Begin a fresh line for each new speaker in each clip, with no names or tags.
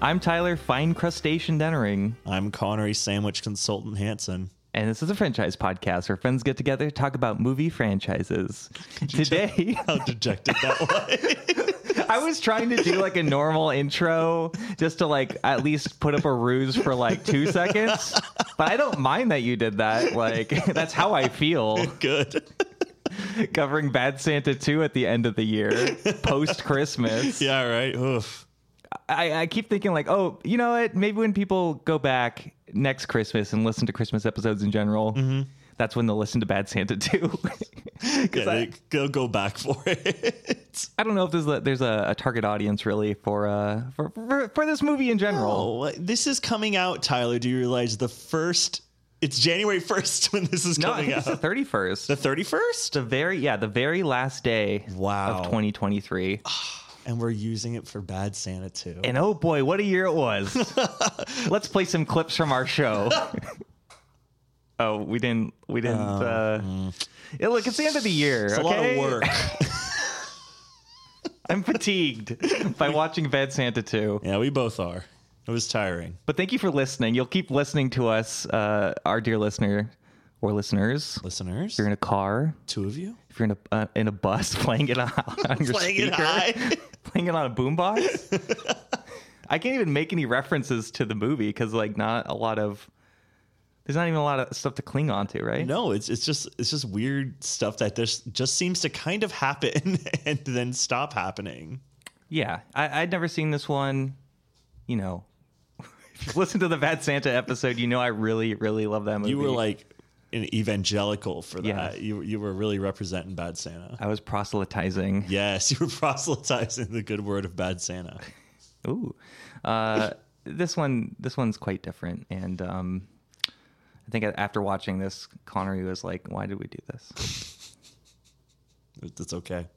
I'm Tyler, fine crustacean Dennering,
I'm Connery Sandwich Consultant Hanson.
and this is a franchise podcast where friends get together to talk about movie franchises. Today,
How dejected that was.
I was trying to do like a normal intro just to like at least put up a ruse for like two seconds, but I don't mind that you did that. Like, that's how I feel.
Good.
covering Bad Santa 2 at the end of the year, post Christmas.
Yeah, right. Oof.
I, I keep thinking, like, oh, you know what? Maybe when people go back next Christmas and listen to Christmas episodes in general, that's when they'll listen to Bad Santa 2.
Mm-hmm. Yeah,
Because I,
they, they'll go back for it.
I don't know if there's a, there's a, a target audience really for, uh, for, for, for this movie in general.
Oh, what- this is coming out, Tyler. Do you realize the first? It's January 1st when this is
no, I
coming
think it's
out.
the 31st.
the 31st?
the very, yeah, the very last day
Wow.
of 2023.
And we're using it for Bad Santa, too.
And oh boy, what a year it was. Let's play some clips from our show. oh, we didn't we didn't uh, Yeah, look, it's the end of the year.
Oh, mm. it's a lot
okay?
of work.
I'm fatigued by watching Bad Santa 2.
yeah, we both are. It was tiring.
But thank you for listening. You'll keep listening to us, uh, our dear listener or listeners. If
Listeners,
you're in a car,
two of you
if you're in a uh, in a bus playing it on, on your
playing
speaker,
it high.
playing it on a boombox. I can't even make any references to the movie because like not a lot of there's not even a lot of stuff to cling on to, right?
No, it's it's just it's just weird stuff that just just seems to kind of happen and then stop happening.
Yeah, I, I'd never seen this one. You know, if you listen to the Bad Santa episode, you know I really, really love that movie.
You were like an evangelical for that.
Yeah.
You you were really representing Bad Santa.
I was proselytizing.
Yes, you were proselytizing the good word of Bad Santa.
Ooh, uh, this one, this one's quite different, and um, I think after watching this, Connery was like, "Why did we do this?"
It's okay.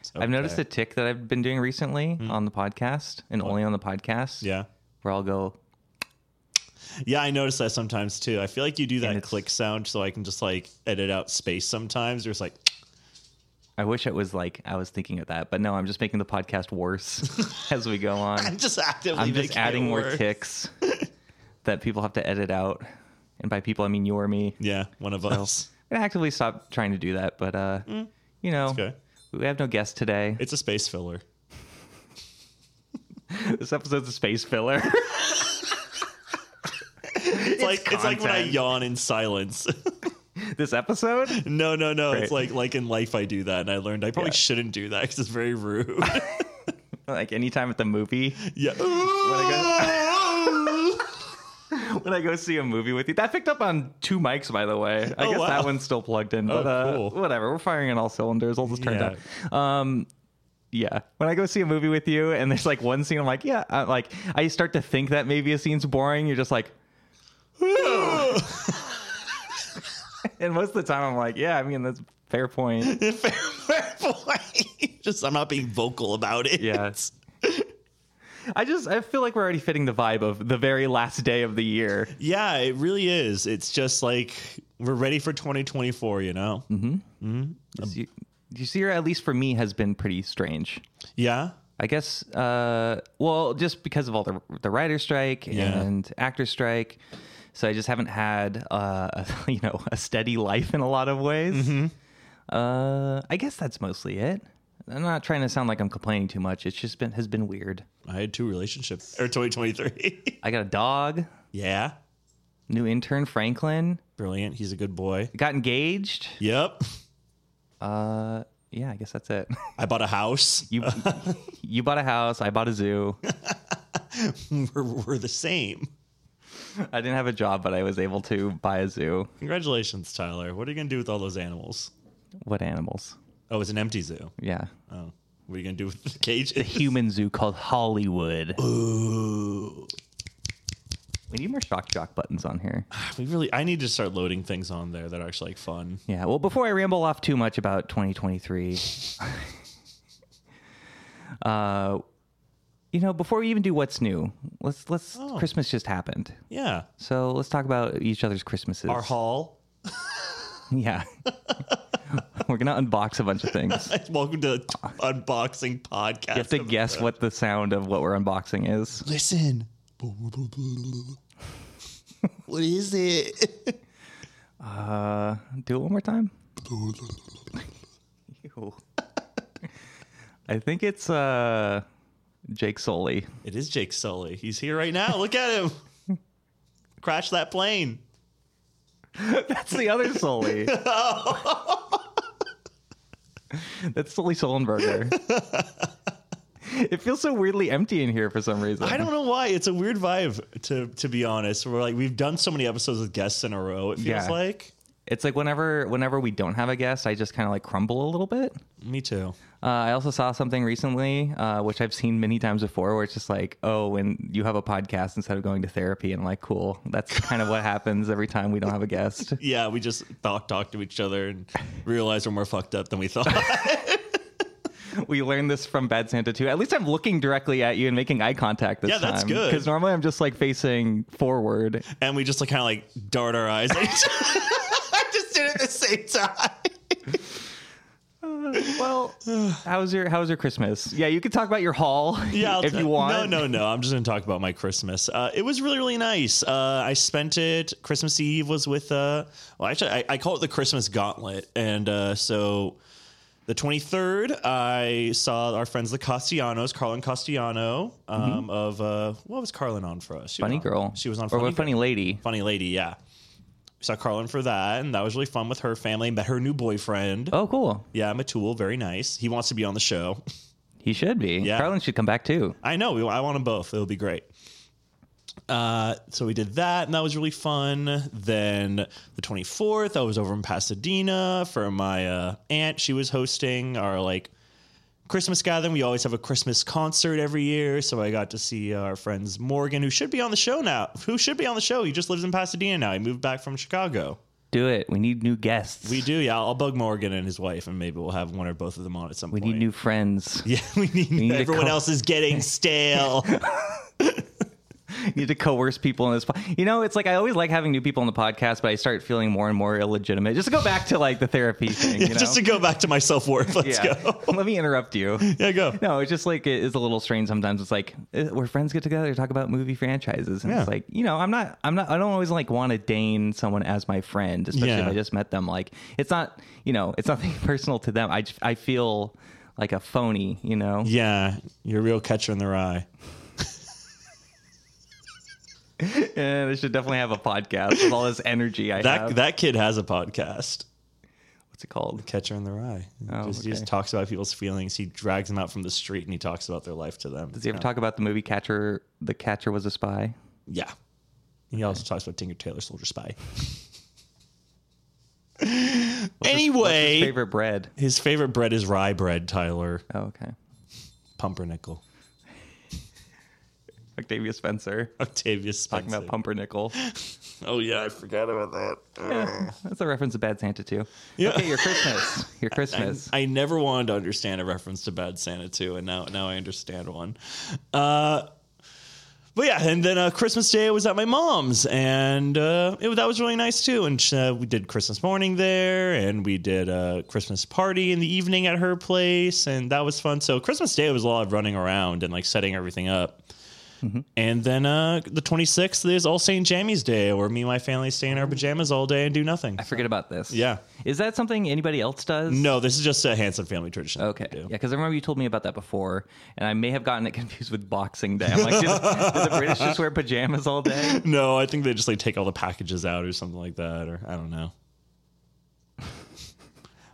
It's
I've noticed
okay. Mm-hmm.
a tick that I've been doing recently on the podcast, and only on the podcast.
Yeah.
where I'll go.
Yeah, I noticed that sometimes too. I feel like you do that
it's-
click sound so I can just like edit out space sometimes. You're just like,
I wish it was like I was thinking of that, but no, I'm just making the podcast worse as we go on.
I'm just actively
I'm just
making it
adding more
work.
ticks that people have to edit out. And by people, I mean you or me.
Yeah, one of us.
I'm gonna actively stop trying to do that, but uh,
Mm.
you know,
okay.
we have no guest today.
It's a space filler.
this episode's a space filler.
It's, like it's like when I
content.
yawn in silence.
this episode,
No, no, no. It's
Right.
like like in life I do that, and I learned I probably
Yeah.
shouldn't do that because it's very rude.
like anytime at the movie,
yeah.
when I go see a movie with you, that picked up on two mics, by the way. I
Oh,
guess
wow. Oh,
that one's still plugged in, but uh,
cool.
whatever. We're firing on all cylinders. I'll just turn it up. Um, yeah, when I go see a movie with you, and there's like one scene, I'm like, yeah, i like I start to think that maybe a scene's boring. You're just like, and most of the time, I'm like, yeah, I mean that's a fair point.
fair, fair point. Just I'm not being vocal about it.
Yeah. I just I feel like we're already fitting the vibe of the very last day of the year.
Yeah, it really is. It's just like we're ready for 2024. You know. Um,
You- This year, at least for me, has been pretty strange.
Yeah.
I guess, uh, well, just because of all the the writer strike
Yeah.
and actor strike, so I just haven't had uh, a, you know a steady life in a lot of ways. Uh, I guess that's mostly it. I'm not trying to sound like I'm complaining too much. It's just been has been weird.
I had two relationships or 2023.
I got a dog,
yeah.
new intern Franklin,
Brilliant. He's a good boy.
got engaged.
Yep.
Uh, yeah, I guess that's it.
I bought a house.
You you bought a house, I bought a zoo.
We're, we're the same.
I didn't have a job, but I was able to buy a zoo.
Congratulations, Tyler. What are you gonna do with all those animals?
What animals?
Oh, it's an empty zoo.
Yeah.
Oh, what are you gonna do with the cage?
human zoo called Hollywood.
Ooh,
We need more shock jock buttons on here.
we really. I need to start loading things on there that are actually like fun.
Yeah. Well, before I ramble off too much about 2023, uh, you know, before we even do what's new, let's let's Christmas just happened,
Yeah,
so let's talk about each other's Christmases.
our haul.
yeah. We're gonna unbox a bunch of things.
Welcome to the unboxing podcast.
You have to guess what the sound of what we're unboxing is.
Listen. what is it?
Uh, do it one more time. Ew. I think it's uh, Jake Sully.
It is Jake Sully. He's here right now. Look at him. Crash that plane.
That's the other Sully. That's Sully Sullenberger. it feels so weirdly empty in here for some reason.
I don't know why. It's a weird vibe to to be honest. We're like we've done so many episodes with guests in a row. It feels
Yeah.
like.
It's like whenever whenever we don't have a guest, I just kind of like crumble a little bit.
Me too.
Uh, I also saw something recently, uh, which I've seen many times before, where it's just like, oh, when you have a podcast instead of going to therapy, and I'm like, cool, that's kind of what happens every time we don't have a guest.
Yeah, we just talk talk to each other and realize we're more fucked up than we thought.
we learned this from Bad Santa too. At least I'm looking directly at you and making eye contact this
Yeah,
time.
that's good.
Because normally I'm just like facing forward.
and we just like kind of like dart our eyes. at each- I just did it at the same time.
Well, how's your how's your Christmas? Yeah, you can talk about your haul
Yeah, I'll
if
t-
you want.
No, no, no. I'm just going to talk about my Christmas. Uh, it was really, really nice. Uh, I spent it. Christmas Eve was with. Uh, well, actually, I, I call it the Christmas Gauntlet, and uh, so the 23rd, I saw our friends the Castellanos, Carlin Castellano, um, of uh, what was Carlin on for us? She
Mm-hmm.
was
Funny
on-
girl.
She was on
Or
Funny,
what
funny.
funny lady.
funny Lady. Yeah, we saw Carlin for that, and that was really fun with her family. Met her new boyfriend.
Oh, cool.
Yeah, Matul, very nice. He wants to be on the show.
He should be.
Yeah.
Carlin should come back too.
I know. We, I want them both. It'll be great. Uh, so we did that, and that was really fun. Then the 24th, I was over in Pasadena for my uh, aunt. She was hosting our like Christmas gathering. We always have a Christmas concert every year, so I got to see our friends Morgan, who should be on the show now. Who should be on the show? He just lives in Pasadena now. He moved back from Chicago.
Do it. We need new guests.
We do, yeah. I'll bug Morgan and his wife, and maybe we'll have one or both of them on at some
we
point.
need new friends.
yeah, we need.
need a
everyone
co-
else is getting stale.
You need to coerce people in this. Po- you know, it's like I always like having new people on the podcast, but I start feeling more and more illegitimate. Just to go back to like the therapy thing. you know?
Just to go back to my self worth, let's go.
Let me interrupt you.
Yeah, go.
No, it's just like it is a little strange sometimes. It's like eh, where friends get together to talk about movie franchises, and it's
Yeah.
like you know, I'm not, I'm not, I don't always like want to deign someone as my friend, especially if
Yeah.
I just met them. Like it's not, you know, it's nothing personal to them. I, j- I feel like a phony, you know.
Yeah, you're a real catcher in the rye.
And I should definitely have a podcast with all this energy I
That
have.
that kid has a podcast,
What's it called?
Catcher in the Rye.
Oh,
Just- He just
okay.
talks about people's feelings. He drags them out from the street and he talks about their life to them.
Does he ever talk about the movie Catcher? The Catcher was a spy.
Yeah. He also talks about Tinker Tailor Soldier Spy.
What's
anyway,
his
his favorite?
favorite bread.
bread is rye bread, Tyler.
Oh, okay.
Pumpernickel.
Octavia Spencer
Octavius
talking
Spencer.
about pumpernickel.
oh, yeah, I forgot about that.
That's a reference to Bad Santa too.
Yeah.
Okay, your Christmas. Your Christmas.
I never wanted to understand a reference to Bad Santa 2, and now now I understand one. Uh, but yeah, and then uh, Christmas Day I was at my mom's, and uh, it, that was really nice too. And uh, we did Christmas morning there, and we did a Christmas party in the evening at her place, and that was fun. So Christmas Day was a lot of running around and like setting everything up.
Mm-hmm.
And then uh, the 26th is All St. Jamie's Day, where me and my family stay in our pajamas all day and do nothing.
Mm. I forget about this.
Yeah.
Is that something anybody else does?
No, this is just a Hanson family tradition. that we
Okay.
do.
Yeah, because I remember you told me about that before, and I may have gotten it confused with Boxing Day. I'm like, did, did the British just wear pajamas all day?
No, I think they just like take all the packages out or something like that, or I don't know.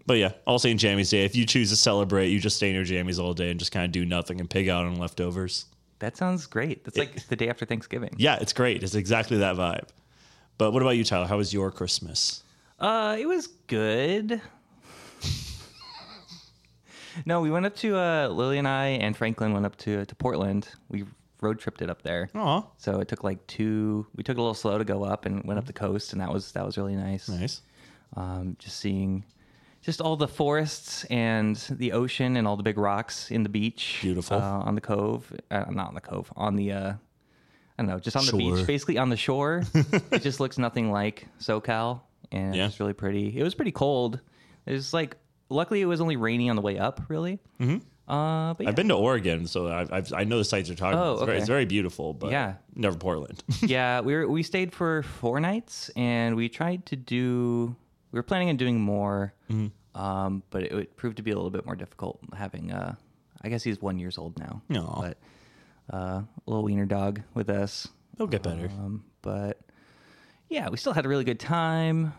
but yeah, All St. Jamie's Day. If you choose to celebrate, you just stay in your jammies all day and just kind of do nothing and pig out on leftovers.
That sounds great. That's like the day after Thanksgiving.
Yeah, it's great. It's exactly that vibe. But what about you, Tyler? How was your Christmas?
Uh, it was good. no, we went up to uh, Lily and I and Franklin went up to to Portland. We road tripped it up there.
Aw,
So it took like two. We took a little slow to go up and went up the coast, and that was that was really nice.
nice.
Um, just seeing, just all the forests and the ocean and all the big rocks in the beach.
Beautiful.
uh, on the cove. Uh, not on the cove. On the. Uh, I don't know, just on the
Shore.
beach, basically on the shore. it just looks nothing like SoCal, and
Yeah.
it's really pretty. It was pretty cold. There's like luckily it was only raining on the way up, really. Mm-hmm. Uh, but yeah,
I've been to Oregon, so I've, I've, I know the sites you're talking
Oh,
about. It's, very,
okay.
it's very beautiful, but
Yeah.
never Portland.
yeah, we were, we stayed for four nights, and we tried to do. We were planning on doing more, um, but it, it proved to be a little bit more difficult having. Uh, I guess he's one years old now.
Aw.
but uh, little wiener dog with us.
It'll get better.
Um, but yeah, we still had a really good time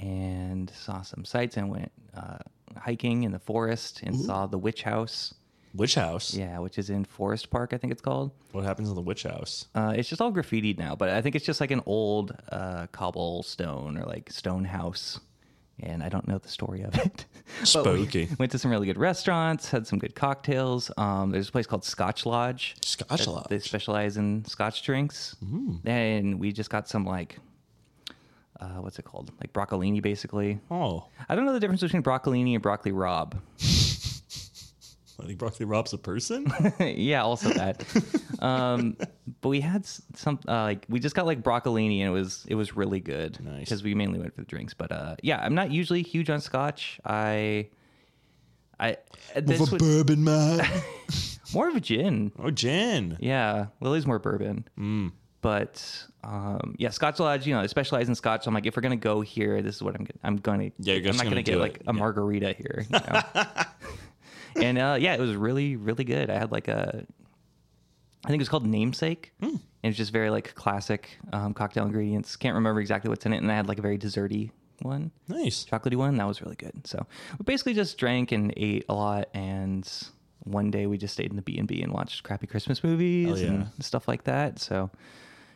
and saw some sights and went uh, hiking in the forest and saw the witch house.
witch house.
Yeah, which is in Forest Park, I think it's called.
What happens in the witch house?
Uh, it's just all graffitied now, but I think it's just like an old uh, cobblestone or like stone house. And I don't know the story of it. But we
Spooky.
Went to some really good restaurants, had some good cocktails. Um, there's a place called Scotch Lodge.
Scotch
that They specialize in Scotch drinks, and we just got some like, uh, what's it called? Like broccolini, basically.
Oh,
I don't know the difference between broccolini and broccoli rob.
I think broccoli robs a person.
yeah, also that. um, but we had s- some uh, like we just got like broccolini, and it was it was really good.
Nice.
because we mainly went for the drinks. But uh, yeah, I'm not usually huge on Scotch. I. I this
With a
would-
bourbon man.
more of a gin.
oh, gin.
Yeah, Lily's more bourbon.
Mm.
But um, yeah, Scotch Lodge, you know, they specialize in Scotch. So I'm like, if we're gonna go here, this is what I'm gonna, I'm gonna.
Yeah, you're
I'm
just
not
gonna
gonna, get
do
like
it.
a
Yeah.
margarita here. You know? and uh, yeah, it was really, really good. I had like a, I think it was called Namesake.
Mm.
And it's just very like classic um, cocktail ingredients. Can't remember exactly what's in it. And I had like a very desserty one
Nice.
chocolatey one. That was really good. So we basically just drank and ate a lot, and one day we just stayed in the B and B and watched crappy Christmas movies
Hell
and stuff like that. So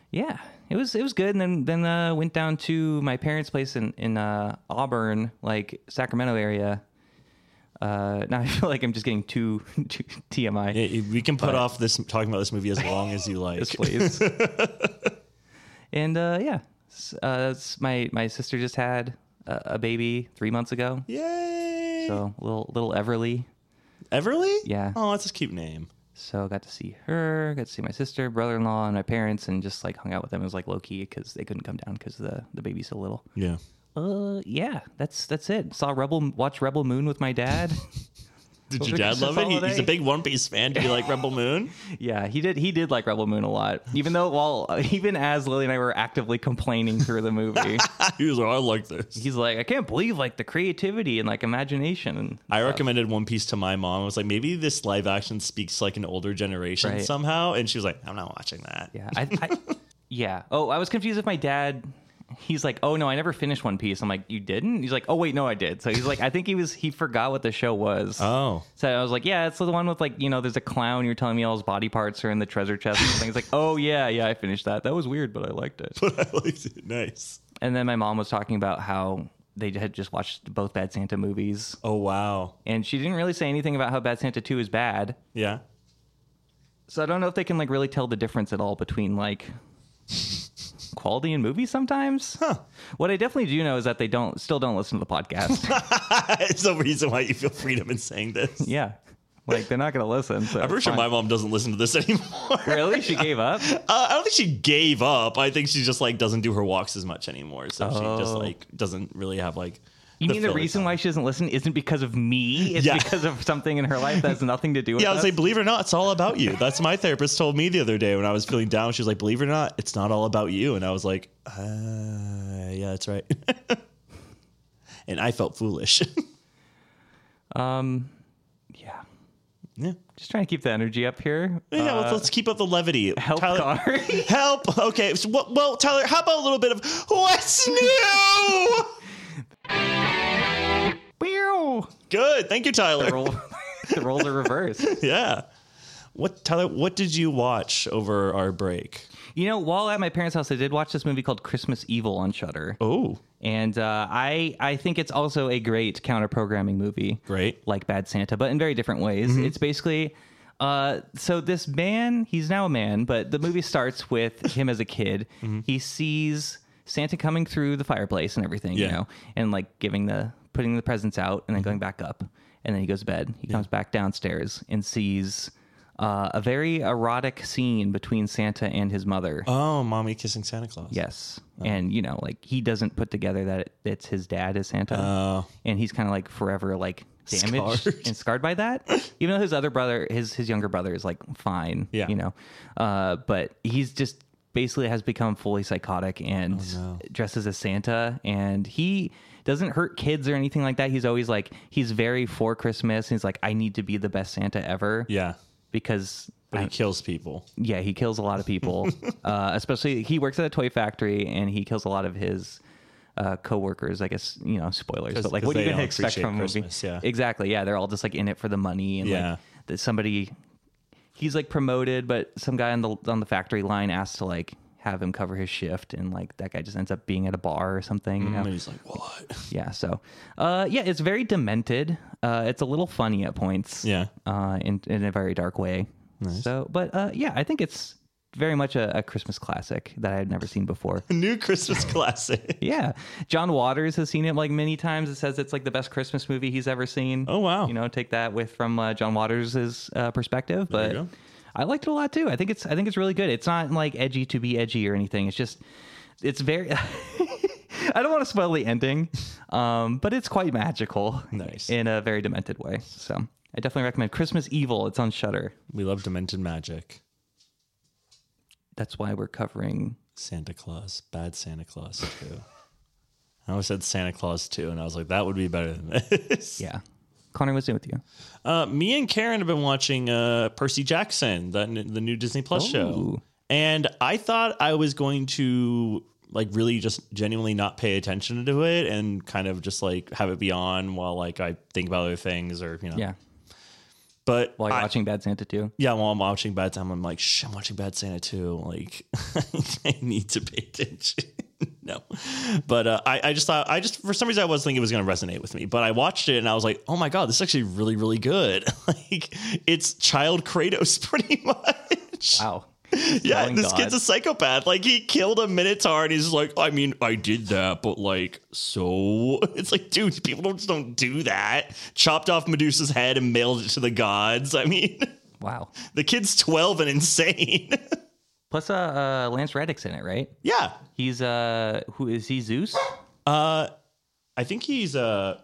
yeah, it was it was good. And then then uh, went down to my parents' place in in uh, Auburn, like Sacramento area. Uh, now I feel like I'm just getting too, too TMI.
Yeah, you- we can put off this talking about this movie as long as you like.
this place. and uh, yeah, S- uh, s- my my sister just had a, a baby three months ago.
Yay!
So little little Everly.
Everly?
Yeah.
Oh, that's a cute name.
So got to see her, got to see my sister, brother-in-law, and my parents, and just like hung out with them. It was like low key because they couldn't come down because the the baby's so little.
Yeah.
Uh, yeah, that's that's it. Saw Rebel, watch Rebel Moon with my dad.
Did
Those
your
are
dad
just a
love it? He- he's
holiday.
a big One Piece fan. Did you like Rebel Moon?
yeah, he did he did like Rebel Moon a lot, even though while even as Lily and I were actively complaining through the movie,
he was like, I like this.
he's like, I can't believe like the creativity and like imagination. And
I recommended One Piece to my mom. I was like, maybe this live action speaks like an older generation
Right.
somehow. And she was like, I'm not watching that.
yeah, I, I yeah. Oh, I was confused if my dad. He's like, oh no, I never finished One Piece. I'm like, you didn't? He's like, oh wait, no, I did. So he's like, I think he was he forgot what the show was.
Oh.
So I was like, yeah, it's the one with like, you know, there's a clown. You're telling me all his body parts are in the treasure chest. And things like, oh yeah, yeah, I finished that. That was weird, but I liked it.
But I liked it. Nice.
And then my mom was talking about how they had just watched both Bad Santa movies,
Oh, wow.
and she didn't really say anything about how Bad Santa Two is bad.
Yeah.
So I don't know if they can like really tell the difference at all between like quality in movies sometimes. What I definitely do know is that they don't still don't listen to the podcast.
it's the reason why you feel freedom in saying this.
yeah. Like they're not going to listen. So
I'm pretty sure my mom doesn't listen to this anymore.
Really? She gave up?
Uh, I don't think she gave up. I think she just like doesn't do her walks as much anymore. So she just
Oh.
like doesn't really have like.
You mean the
filler
reason
time.
why she doesn't listen isn't because of me? It's
Yeah.
because of something in her life that has nothing to do with
Yeah, I was
us?
like, believe it or not, it's all about you. That's what my therapist told me the other day when I was feeling down. She was like, believe it or not, it's not all about you. And I was like, uh, yeah, that's right. and I felt foolish.
yeah.
yeah.
Just trying to keep the energy up here. Uh,
Yeah, let's, let's keep up the levity.
Help car.
Help. Okay. So, what- well, Tyler, how about a little bit of what's new?
Pew!
Good. Thank you, Tyler.
Roll, the roles are reversed.
Yeah. What Tyler? What did you watch over our break?
You know, while at my parents' house, I did watch this movie called Christmas Evil on Shudder.
Oh,
And uh, I, I think it's also a great counter programming movie.
Great. Mm-hmm.
Like Bad Santa, but in very different ways. It's basically. Uh, so this man, he's now a man, but the movie starts with him as a kid.
Mm-hmm.
He sees Santa coming through the fireplace and everything,
Yeah. Mm-hmm.
you know, and like giving the putting the presents out and then going back up, and then he goes to bed. He comes back downstairs and sees uh, a very erotic scene between Santa and his mother.
Oh, mommy kissing Santa Claus.
Yes.
Oh.
And you know, like he doesn't put together that it, it's his dad is Santa,
Oh.
and he's kind of like forever like damaged
Scarred.
and scarred by that. Even though his other brother, his his younger brother, is like fine,
Yeah.
you know, uh, but he's just basically has become fully psychotic and
Oh,
dresses as Santa, and he doesn't hurt kids or anything like that. He's always like he's very for Christmas. And he's like, I need to be the best Santa ever
Yeah.
because
But he kills people.
yeah, he kills a lot of people. uh, especially he works at a toy factory and he kills a lot of his uh, coworkers. I guess you know spoilers, but like
'cause
what are you
they
gonna
don't
expect
appreciate
from a movie?
Christmas, yeah.
Exactly. Yeah, they're all just like in it for the money and
Yeah.
like that somebody he's like promoted, but some guy on the on the factory line asks to like have him cover his shift and like that guy just ends up being at a bar or something. You know?
And he's like, what?
Yeah. So uh, yeah, it's very demented. Uh, it's a little funny at points
Yeah.
uh, in in a very dark way. So, but uh, yeah, I think it's very much a, a Christmas classic that I had never seen before.
A new Christmas classic.
yeah, John Waters has seen it like many times. It says it's like the best Christmas movie he's ever seen.
Oh, wow.
You know, take that with from uh, John Waters' uh, perspective,
you
but
go.
I liked it a lot too. I think it's I think it's really good. It's not like edgy to be edgy or anything. It's just it's very. I don't want to spoil the ending, um, but it's quite magical
Nice.
in a very demented way. So I definitely recommend Christmas Evil. It's on Shutter.
we love Demented Magic.
That's why we're covering.
Santa Claus. Bad Santa Claus, too. I always said Santa Claus, too. And I was like, that would be better than this.
Yeah, Connor was in with you.
Uh, me and Karen have been watching uh, Percy Jackson, the, the new Disney Plus show.
Ooh.
And I thought I was going to like really just genuinely not pay attention to it and kind of just like have it be on while like I think about other things or, you know.
Yeah,
But
while you're
I-
watching Bad Santa too.
yeah, while I'm watching Bad Time, I'm like, shh, I'm watching Bad Santa too. Like, I need to pay attention. no, but uh, I, I just thought, I just for some reason I was thinking it was going to resonate with me, but I watched it and I was like, oh my god, this is actually really, really good. like, it's child Kratos pretty much.
Wow.
yeah,
Knowing
this
God.
kid's a psychopath. Like, he killed a minotaur, and he's just like, I mean, I did that, but like, so it's like, dude, people don't just don't do that. Chopped off Medusa's head and mailed it to the gods. I mean.
Wow.
The kid's 12 and insane.
Plus, uh, uh, Lance Reddick's in it, right?
yeah.
He's uh, who is he? Zeus?
I think he's a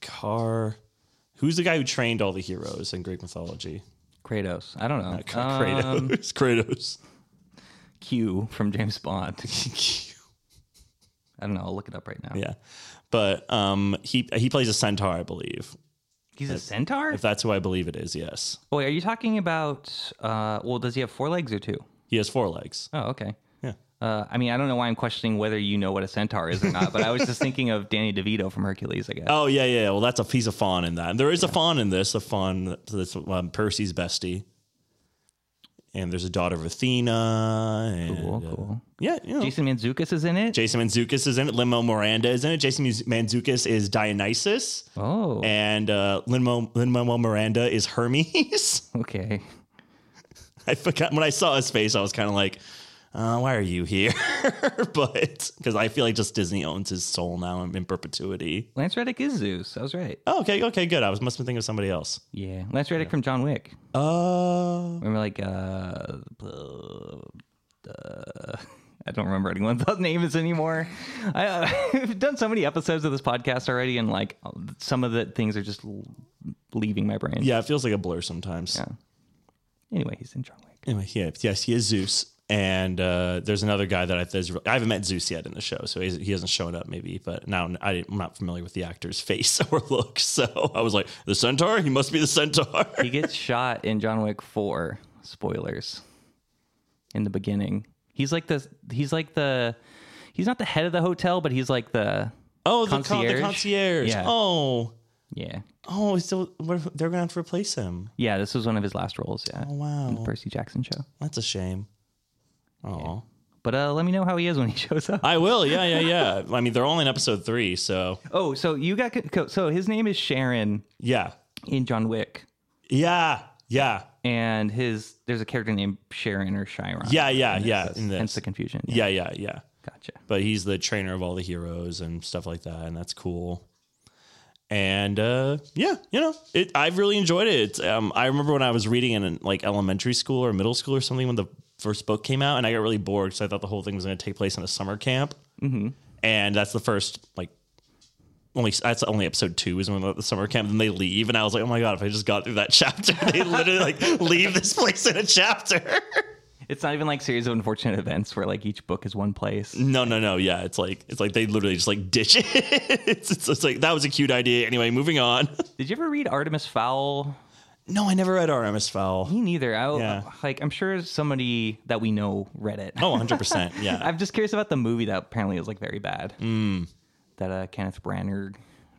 car. Who's the guy who trained all the heroes in Greek mythology?
Kratos? I don't know.
K-
Uh,
Kratos.
Q from James Bond.
Kratos.
I don't know. I'll look it up right now.
yeah. But um he he plays a centaur, I believe.
He's a centaur.
If that's who I believe it is, yes.
Boy, are you talking about? Uh, well, does he have four legs or two?
He has four legs.
Oh, okay.
Yeah.
Uh, I mean, I don't know why I'm questioning whether you know what a centaur is or not, but I was just thinking of Danny DeVito from Hercules, I guess.
Oh yeah, yeah. Well, that's a he's a fawn in that. And there is a fawn in this. A fawn that's um, Percy's bestie. And there's a daughter of Athena. And,
cool,
uh,
cool.
yeah, you know.
Jason Manzukis is in it.
Jason Manzukis is in it. Limo Miranda is in it. Jason Mus- Manzukis is Dionysus,
oh,
and uh, Limo Limo Miranda is Hermes.
okay.
I forgot when I saw his face, I was kind of like, uh, "Why are you here?" but because I feel like just Disney owns his soul now in perpetuity.
Lance Reddick is Zeus. I was right.
Oh, okay, okay, good. I was must have been thinking of somebody else.
Yeah, Lance Reddick from John Wick.
Uh,
Remember, like, uh, blah, uh, I don't remember anyone's names anymore. I, uh, I've done so many episodes of this podcast already, and like some of the things are just l- leaving my brain.
yeah, it feels like a blur sometimes.
Yeah. Anyway, he's in John Wick.
Anyway, yeah, yes, he is Zeus. And uh, there's another guy that I, there's, I haven't met Zeus yet in the show, so he's, he hasn't shown up maybe. But now I, am not familiar with the actor's face or look, so I was like, the centaur, he must be the centaur.
He gets shot in John Wick Four. Spoilers. In the beginning, he's like the he's like the he's not the head of the hotel, but he's like the
Oh, the concierge.
Concierge?
the concierge.
Yeah.
Oh,
yeah
oh, so what, if- they're gonna have to replace him.
yeah. This was one of his last roles. Yeah,
Oh,
on the
wow,
Percy Jackson show.
that's a shame. Oh,
But uh, let me know how he is when he shows up.
I will. Yeah, yeah, yeah. I mean, they're all in episode three, so
Oh, so you got co- so his name is Sharon
yeah,
in John Wick,
yeah, yeah,
and his there's a character named Sharon or Chiron.
yeah, yeah, yeah. In
Hence
this,
the confusion.
yeah, yeah, yeah.
Gotcha.
but he's the trainer of all the heroes and stuff like that, and that's cool. and uh, yeah, you know, it, I've really enjoyed it. It's, um, I remember when I was reading it in like elementary school or middle school or something when the first book came out, and I got really bored because I thought the whole thing was going to take place in a summer camp, and that's the first like only that's only episode two is when the summer camp. Then they leave, and I was like, oh my god, if I just got through that chapter, they literally like leave this place in a chapter.
It's not even like series of unfortunate events where like each book is one place.
No, no, no. Yeah, it's like it's like they literally just like ditch it. it's, it's, it's like that was a cute idea. Anyway, moving on.
Did you ever read Artemis Fowl?
No, I never read RMS Fowl.
Me neither. I
Yeah.
like I'm sure somebody that we know read it.
Oh, 100%. Yeah.
I'm just curious about the movie that apparently is like very bad.
Mm.
That uh, Kenneth Branagh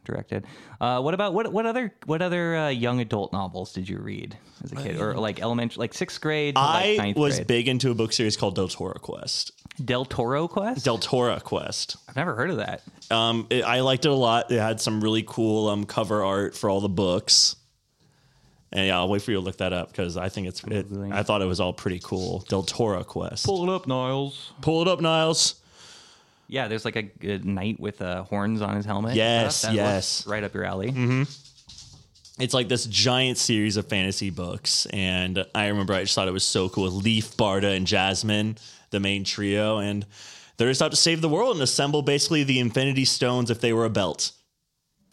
directed. Uh, what about what what other what other uh, young adult novels did you read as a kid or like elementary like sixth grade? To, like,
I
ninth
was
grade?
big into a book series called Del Toro Quest.
Del Toro Quest.
Del Toro Quest.
I've never heard of that.
Um, it, I liked it a lot. It had some really cool um, cover art for all the books. And yeah, I'll wait for you to look that up because I think it's. It,
Googling.
I thought it was all pretty cool. Del Toro Quest. Pull,
Pull it up, Niles.
it up, Niles.
Yeah, there's like a, a knight with uh, horns on his helmet. and
Yes,
stuff. That
yes. Mm-hmm.
looks right up your alley.
It's like this giant series of fantasy books, and I remember I just thought it was so cool. Leaf, Barda, and Jasmine, the main trio, and they're just out to save the world and assemble basically the Infinity Stones if they were a belt.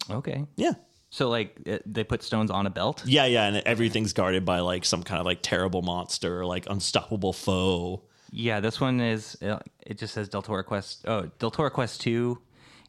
Okay,
Yeah.
so like it, they put stones on a belt.
Yeah, yeah, and everything's guarded by like some kind of like terrible monster, or, like unstoppable foe.
Yeah, this one is. uh, It just says Del Toro Quest. Oh, Del Toro Quest Two,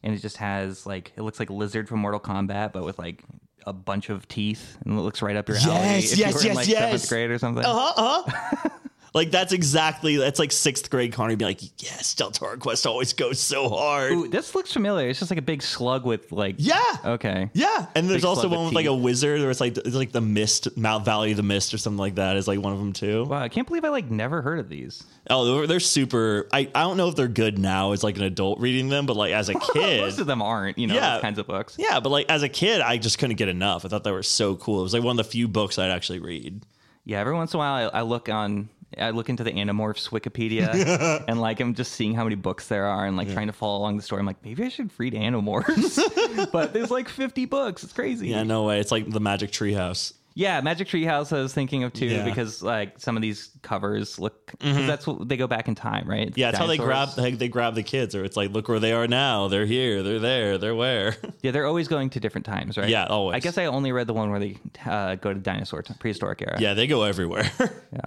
and it just has like it looks like Lizard from Mortal Kombat, but with like a bunch of teeth, and it looks right up your alley.
Yes,
if
yes,
you were
yes,
in, like,
yes. Uh-huh.
Seventh grade or something.
Like that's exactly that's like sixth grade Connery be like, yes, Del Toro Quest always goes so hard.
Ooh, this looks familiar. It's just like a big slug with like.
Yeah.
Okay.
Yeah, and there's
Big
also
slug
one
of
with like a
teeth.
wizard, or it's like it's like the mist, Mount Valley of the Mist, or something like that. Is like one of them too.
Wow, I can't believe I like never heard of these.
Oh, they're, they're super. I, I don't know if they're good now as like an adult reading them, but like as a
Most
kid,
of them aren't. You know,
Yeah.
those kinds of books.
yeah. But like as a kid, I just couldn't get enough. I thought they were so cool. It was like one of the few books I'd actually read.
Yeah, every once in a while I, I look on I look into the Animorphs Wikipedia and like I'm just seeing how many books there are and like trying to follow along the story. I'm like, maybe I should read Animorphs. but there's like 50 books. It's crazy.
Yeah, no way. It's like the Magic Treehouse.
Yeah, Magic Tree House I was thinking of too
Yeah. Mm-hmm.
because like some of these covers look 'cause that's what they go back in time, right? It's
Yeah, it's how they grab
dinosaurs.
like, they grab the kids, or it's like look where they are now. They're here. They're there. They're where.
Yeah, they're always going to different times, right?
Yeah, always.
I guess I only read the one where they uh, go to dinosaur t- prehistoric era.
yeah, they go everywhere.
yeah.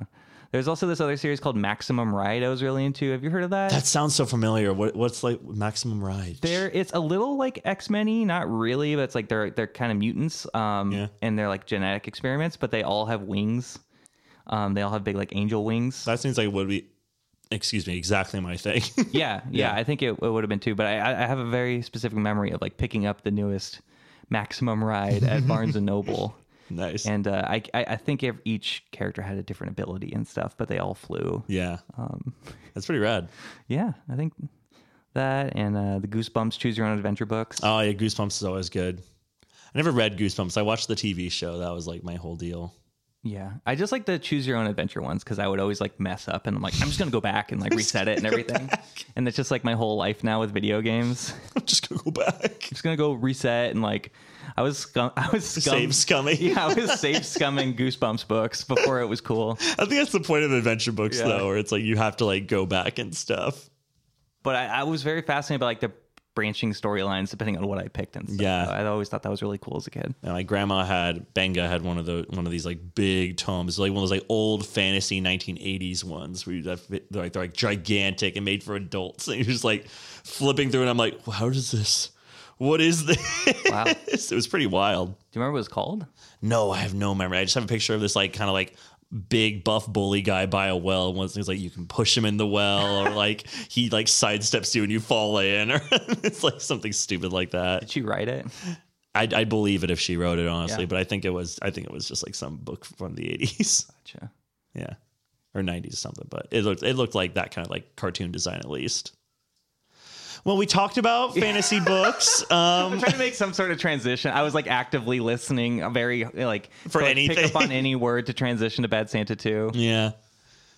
There's also this other series called Maximum Ride I was really into. Have you heard of that?
that sounds so familiar. What, what's like Maximum Ride?
There, it's a little like X Men, not really, but it's like they're they're kind of mutants, um,
Yeah.
and they're like genetic experiments, but they all have wings. Um, they all have big like angel wings.
That seems like would be, excuse me, exactly my thing.
yeah, yeah, I think it, it would have been too, but I, I I have a very specific memory of like picking up the newest Maximum Ride at Barnes and Noble,
nice.
and uh, I I I think if each character had a different ability and stuff, but they all flew.
yeah,
um,
that's pretty rad.
Yeah, I think that and uh, the Goosebumps Choose Your Own Adventure books.
Oh yeah, Goosebumps is always good. I never read Goosebumps. I watched the TV show. That was like my whole deal.
Yeah, I just like the choose your own adventure ones because I would always like mess up, and I'm like, I'm just gonna go back and like reset it and everything. And it's just like my whole life now with video games. I'm
I'm just gonna go back.
just gonna go reset and like, I was scum, I was scum,
Save Scummy.
yeah, I was safe scumming Goosebumps books before it was cool.
I think that's the point of adventure books
Yeah.
though, where it's like you have to like go back and stuff.
But I, I was very fascinated by like the branching storylines depending on what I picked and stuff.
Yeah.
So I always thought that was really cool as a kid.
And my grandma had Benga had one of the one of these like big tomes, like one of those like old fantasy 1980s ones where you they're like they're like gigantic and made for adults, and you're just like flipping through, and I'm like, how does this? What is this?
Wow.
it was pretty wild.
Do you remember what it was called?
No, I have no memory. I just have a picture of this like kind of like big buff bully guy by a well. Once he's like, you can push him in the well, or like he like sidesteps you and you fall in, or it's like something stupid like that.
Did you write it?
I I believe it if she wrote it honestly,
Yeah.
but I think it was I think it was just like some book from the eighties,
Gotcha.
yeah, or nineties something. But it looked it looked like that kind of like cartoon design at least. Well, we talked about fantasy books. Um,
I'm trying to make some sort of transition. I was like actively listening, uh, very like to,
For
like,
anything.
pick up on any word to transition to Bad Santa Two.
yeah,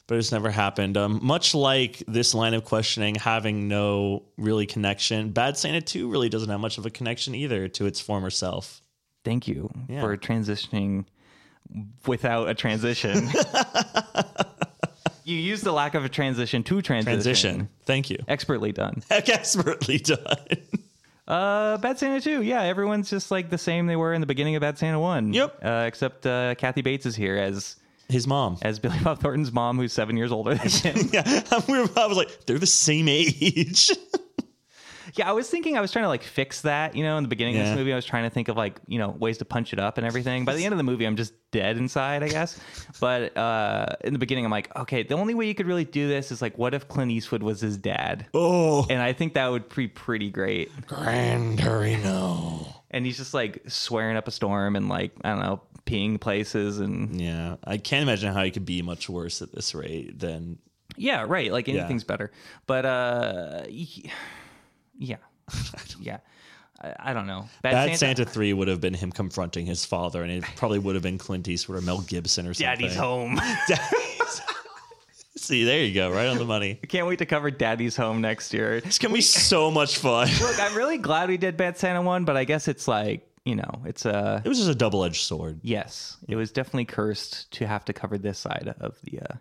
but it's never happened. Um, much like this line of questioning having no really connection, Bad Santa 2 really doesn't have much of a connection either to its former self.
Thank you
Yeah.
for transitioning without a transition. you used the lack of a transition to transition.
Transition. Thank you.
Expertly done.
Expertly done.
Uh, Bad Santa 2. Yeah, everyone's just like the same they were in the beginning of Bad Santa 1.
Yep.
Uh, except uh, Kathy Bates is here as
His mom.
as Billy Bob Thornton's mom, who's seven years older than him.
Yeah, we were, I was like, they're the same age.
yeah, I was thinking I was trying to like fix that, you know, in the beginning of
Yeah.
this movie, I was trying to think of like, you know, ways to punch it up and everything. By the end of the movie, I'm just dead inside, I guess. But uh, in the beginning, I'm like, okay, the only way you could really do this is like, what if Clint Eastwood was his dad?
oh,
And I think that would be pretty great.
Gran Torino.
And he's just like swearing up a storm and like, I don't know, peeing places and
Yeah, I can't imagine how he could be much worse at this rate than.
Yeah, right. Like anything's better. But uh y- yeah. yeah. I, I don't know. Bad,
Bad Santa, 3 would have been him confronting his father, and it probably would have been Clint Eastwood or Mel Gibson or something.
Daddy's home.
Daddy's- See, there you go, right on the money.
Can't wait to cover Daddy's home next year.
It's going to be so much fun.
Look, I'm really glad we did Bad Santa 1, but I guess it's like, you know, it's a
It was just a double edged sword.
yes. It was definitely cursed to have to cover this side of the uh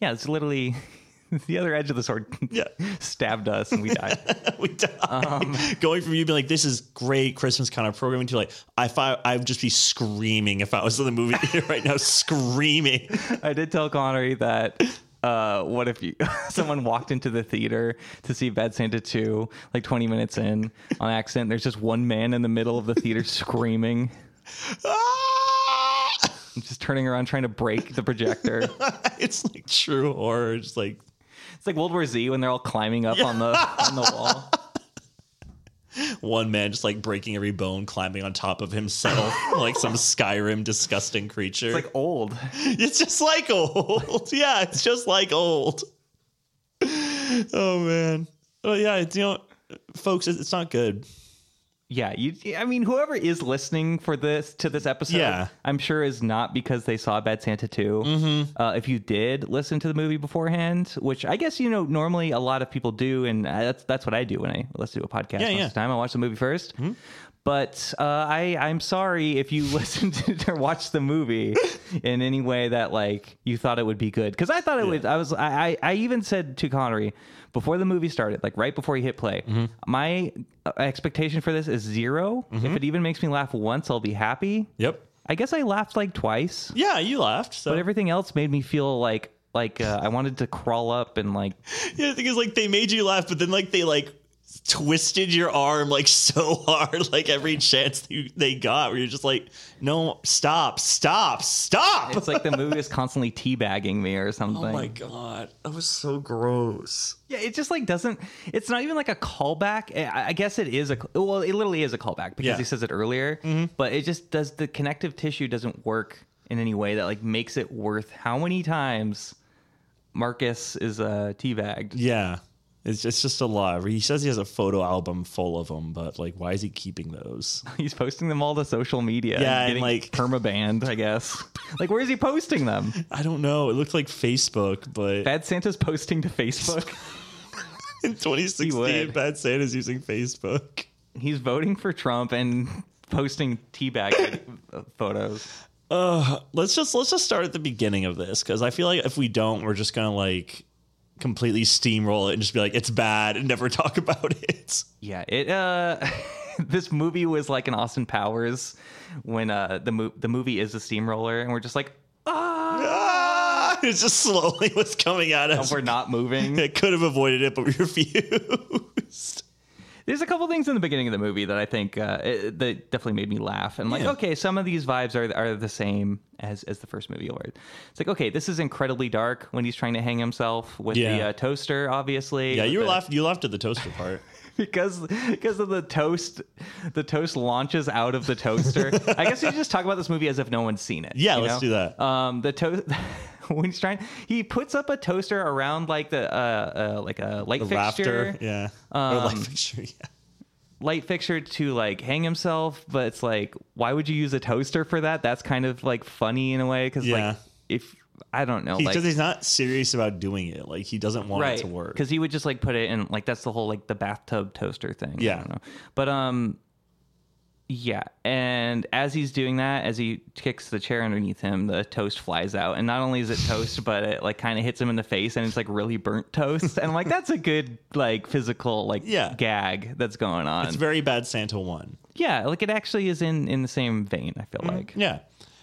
Yeah, it's literally the other edge of the sword
Yeah.
stabbed us and we died.
we die.
Um,
Going from you being like, "This is great Christmas kind of programming," to like, "I fi- I'd just be screaming if I was in the movie theater right now, screaming."
I did tell Connery that. Uh, what if you someone walked into the theater to see Bad Santa 2 like 20 minutes in on accident there's just one man in the middle of the theater screaming
Ah!
and just turning around trying to break the projector
it's like true horror. Just like
it's like World War Z when they're all climbing up on the on the wall
one man just like breaking every bone, climbing on top of himself like some Skyrim disgusting creature.
it's like old
It's just like old. Yeah, it's just like old. Oh man. Oh yeah, it's you know, folks, it's it's not good.
yeah you I mean whoever is listening for this to this episode
Yeah. Mm-hmm.
I'm sure is not because they saw Bad Santa 2 uh, if you did listen to the movie beforehand, which I guess you know normally a lot of people do, and I- that's that's what I do when I let's do a podcast.
Yeah,
most
yeah. Mm-hmm.
of the time I watch the movie 1st But uh, I I'm sorry if you listened to or watched the movie in any way that like you thought it would be good because I thought it would. I was I, I I even said to Connery before the movie started, like right before he hit play,
Mm-hmm.
my uh, expectation for this is 0 If it even makes me laugh once, I'll be happy.
Yep.
I guess I laughed like twice
Yeah, you laughed. So
but everything else made me feel like like uh, I wanted to crawl up and like
Yeah, the thing is, like, they made you laugh, but then, like, they like twisted your arm like so hard, like every chance they, they got, where you're just like, no, stop, stop, stop.
it's like the movie is constantly teabagging me or something.
oh my god, that was so gross.
yeah, it just like doesn't. It's not even like a callback. Eh, I, I guess it is a well, it literally is a callback because
Yeah. Mm-hmm.
he says it earlier. But it just does the connective tissue doesn't work in any way that like makes it worth how many times Marcus is uh, teabagged.
Yeah, it's it's just a lot. He says he has a photo album full of them, but like, why is he keeping those?
He's posting them all to social media.
Yeah, and,
getting
like-
permabanned, I guess. like, where is he posting them?
I don't know. It looked like Facebook, but
Bad Santa's posting to Facebook.
in
He
2016,
would.
Bad Santa's using Facebook.
he's voting for Trump and posting teabag photos.
Uh, let's just let's just start at the beginning of this because I feel like if we don't, we're just gonna like completely steamroll it and just be like it's bad and never talk about it.
Yeah, it uh this movie was like an Austin Powers when uh the mo- the movie is a steamroller and we're just like ah
ah, it's just slowly what's coming at us.
we're not moving.
It could have avoided it, but we refused.
There's a couple things in the beginning of the movie that I think uh, it, that definitely made me laugh. And I'm like,
Yeah.
okay, some of these vibes are are the same as as the first movie. Where it's like, okay, this is incredibly dark when he's trying to hang himself with the
Yeah.
uh, toaster, obviously.
yeah,
with
you were
the-
laughed. You laughed at the toaster part.
because because of the toast the toast launches out of the toaster i guess we should just talk about this movie as if no one's seen it
Yeah,
you
let's do that.
um the toast when he's trying he puts up a toaster around like the uh, uh like a light fixture
Laughter. Yeah. or light fixture. Yeah.
light fixture to like hang himself but it's like why would you use a toaster for that that's kind of like funny in a way because
Yeah.
like if I don't know,
Because
like
he's not serious about doing it. Like he doesn't want it to work.
Because he would just like put it in like that's the whole like the bathtub toaster thing.
Yeah.
I don't know. But um yeah. And as he's doing that, as he kicks the chair underneath him, the toast flies out. And not only is it toast, but it like kinda hits him in the face and it's like really burnt toast. And I'm like, that's a good like physical like
Yeah.
gag that's going on.
It's very bad Santa one.
yeah, like it actually is in in the same vein, I feel like.
Yeah.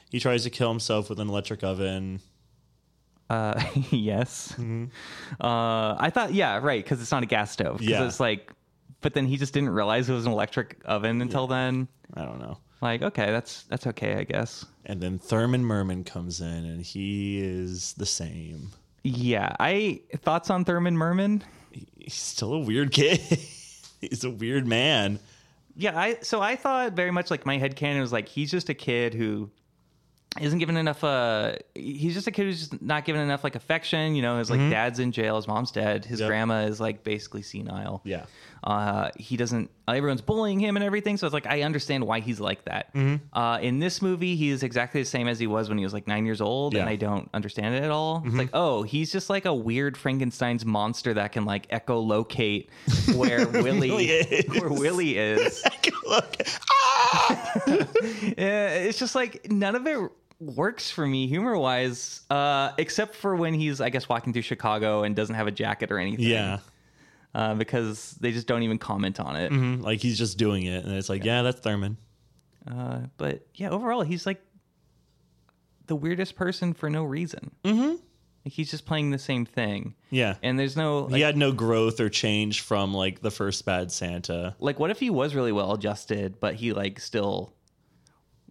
He tries to kill himself with an electric oven.
Uh, yes. Uh, I thought, yeah, right, because it's not a gas stove. 'Cause
Yeah.
It's like, but then he just didn't realize it was an electric oven until then.
I don't know.
Like, okay, that's that's okay, I guess.
And then Thurman Merman comes in and he is the same.
Yeah. I thoughts on Thurman Merman.
He's still a weird kid. he's a weird man.
Yeah. I so I thought very much like my head canon was like he's just a kid who isn't given enough uh he's just a kid who's just not given enough like affection you know his like Mm-hmm. dad's in jail his mom's dead his
Yep.
grandma is like basically senile
Yeah.
Uh, he doesn't. Everyone's bullying him and everything. So it's like I understand why he's like that.
Mm-hmm.
Uh, in this movie, he is exactly the same as he was when he was like nine years old,
Yeah. Mm-hmm.
and I don't understand it at all. It's like, oh, he's just like a weird Frankenstein's monster that can like echolocate where Willie
really is.
where Willie is.
Look. Ah!
Yeah, it's just like none of it works for me humor wise, uh, except for when he's I guess walking through Chicago and doesn't have a jacket or anything.
Yeah.
uh, because they just don't even comment on it.
Mhm. Like he's just doing it. And it's like, yeah, that's Thurman.
Uh, but yeah, overall, he's like the weirdest person for no reason. Mm-hmm. Like he's just playing the same thing,
Yeah.
and there's no like,
he had no growth or change from like the first bad Santa.
like, what if he was really well adjusted, but he like still,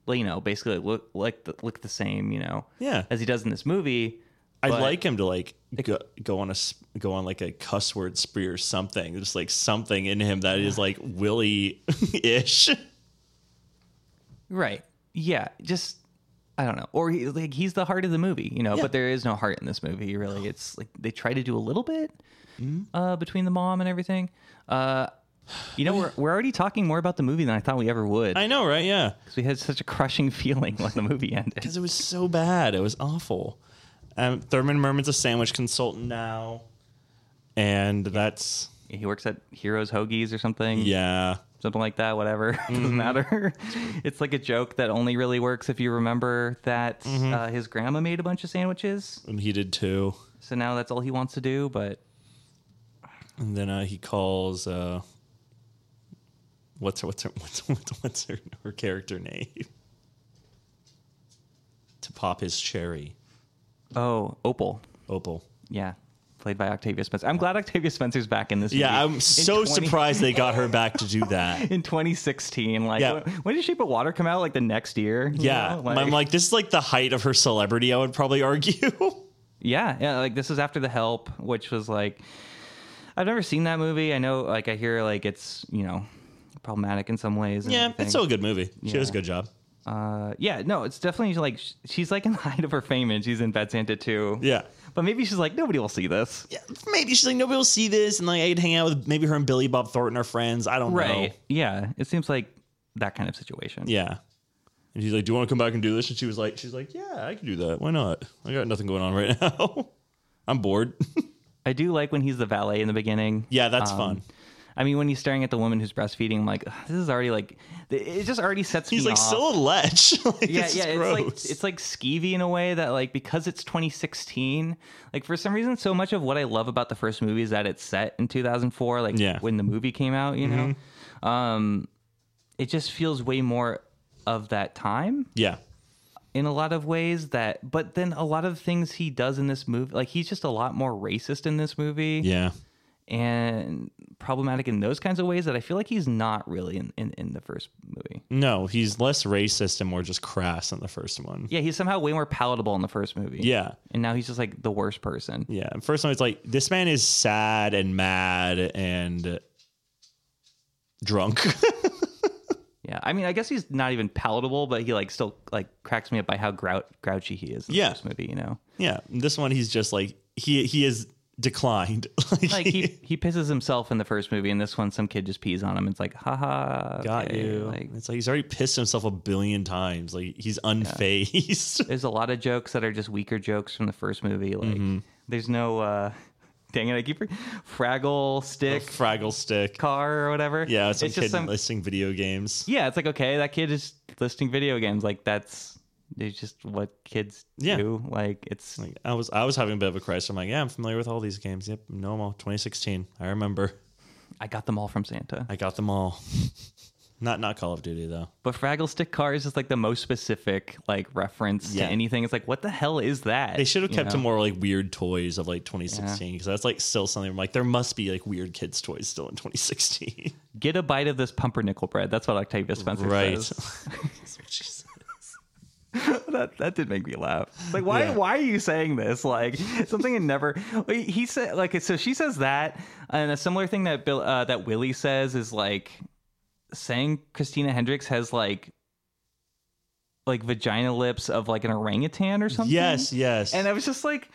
well, you know, basically look like the, look the same, you know,
Yeah.
as he does in this movie.
I'd
But-
like him to like go, go on a s- go on like a cuss word spree or something. Just like something in him that is like Willy ish.
Right? Yeah, just. I don't know, or he, like he's the heart of the movie, you know.
Yeah.
But there is no heart in this movie, really. It's like they try to do a little bit
Mm-hmm.
uh, between the mom and everything. Uh, you know, we're we're already talking more about the movie than I thought we ever would.
I know, right? Yeah,
because we had such a crushing feeling when the movie ended.
because it was so bad. It was awful. Um, Thurman Merman's a sandwich consultant now, and that's
He works at Heroes Hoagies or something,
yeah, Mm-hmm.
something like that. Whatever, doesn't matter. it's like a joke that only really works if you remember that
Mm-hmm.
uh, his grandma made a bunch of sandwiches.
and he did too.
So now that's all he wants to do. But
And then uh, he calls. Uh, what's her, what's her, what's what's, what's her, her character name? to pop his cherry,
oh, Opal,
Opal.
yeah, played by Octavia Spencer. I'm glad Octavia Spencer's back in this.
Yeah,
movie.
I'm
In
so
20
surprised they got her back to do that.
In 2016, like
Yeah.
when, when did Shape of Water come out? Like the next year? you
Yeah,
know?
I'm like, this is like the height of her celebrity. I would probably argue.
Yeah, yeah. Like this is after the Help, which was like I've never seen that movie. I know, like I hear, like it's you know problematic in some ways. and
yeah,
everything.
it's still a good movie. She does a good job.
uh, yeah, no, it's definitely like sh- she's like in the height of her fame, and she's in Bad Santa too.
Yeah.
but maybe she's like nobody will see this.
Yeah, maybe she's like nobody will see this, and like I'd hang out with maybe her and Billy Bob Thornton are friends. I don't know.
Yeah, it seems like that kind of situation.
Yeah. And he's like, "Do you want to come back and do this?" And she was like, "She's like, yeah, I can do that. Why not? I got nothing going on right now. I'm bored.
I do like when he's the valet in the beginning.
yeah, that's
Um,
fun.
I mean, when he's staring at the woman who's breastfeeding, I'm like, "Ugh, this is already like, th- it just already sets
He's
me
like
off.
still a lech. like,
uh, yeah,
this
yeah.
is
It's
gross.
like it's like skeevy in a way that like because it's 2016. Like for some reason, so much of what I love about the first movie is that it's set in 2004. Like
Yeah. Mm-hmm.
when the movie came out, you know, um, it just feels way more of that time
yeah,
in a lot of ways. That but then a lot of things he does in this movie, like he's just a lot more racist in this movie
yeah,
and problematic in those kinds of ways that I feel like he's not really in in, in the first movie.
no, he's less racist and more just crass than the first one.
Yeah, he's somehow way more palatable in the first movie.
Yeah.
and now he's just like the worst person.
Yeah. and First one, it's like this man is sad and mad and drunk.
Yeah, I mean, I guess he's not even palatable, but he like still like cracks me up by how grou- grouchy he is in
Yeah.
the first movie. You know,
yeah. and This one, he's just like he he is declined.
Like he, he pisses himself in the first movie, and this one some kid just pees on him. It's like, haha,
got
okay,
you.
Like,
it's like he's already pissed himself a billion times. Like he's unfazed.
there's a lot of jokes that are just weaker jokes from the first movie. Like
Mm-hmm.
there's no uh, dang it, I keep re- Fraggle Stick
Fraggle stick.
car or whatever.
Yeah, some
it's
kid
just some
listing video games.
yeah, it's like okay, that kid is listing video games. Like that's it's just what kids
Yeah.
do. Like it's
Like I was, I was having a bit of a crisis. I'm like, yeah, I'm familiar with all these games. Yep, no more. 2016. I remember.
I got them all from Santa.
I got them all. not not Call of Duty though.
But Fraggle Stick Cars is just, like the most specific like reference
Yeah.
to anything. It's like what the hell is that?
They should have
You
kept to
know?
more like weird toys of like 2016 because that's like still something. I'm like, there must be like weird kids toys still in 2016.
Get a bite of this pumpernickel bread. That's what Octavia Spencer says.
That's what she said.
that that did make me laugh. It's Like why
Yeah.
why are you saying this? Like something I never he he said like so she says that and a similar thing that Bill uh, that Willie says is like saying Christina Hendricks has like like vagina lips of like an orangutan or something.
yes, yes.
And I was just like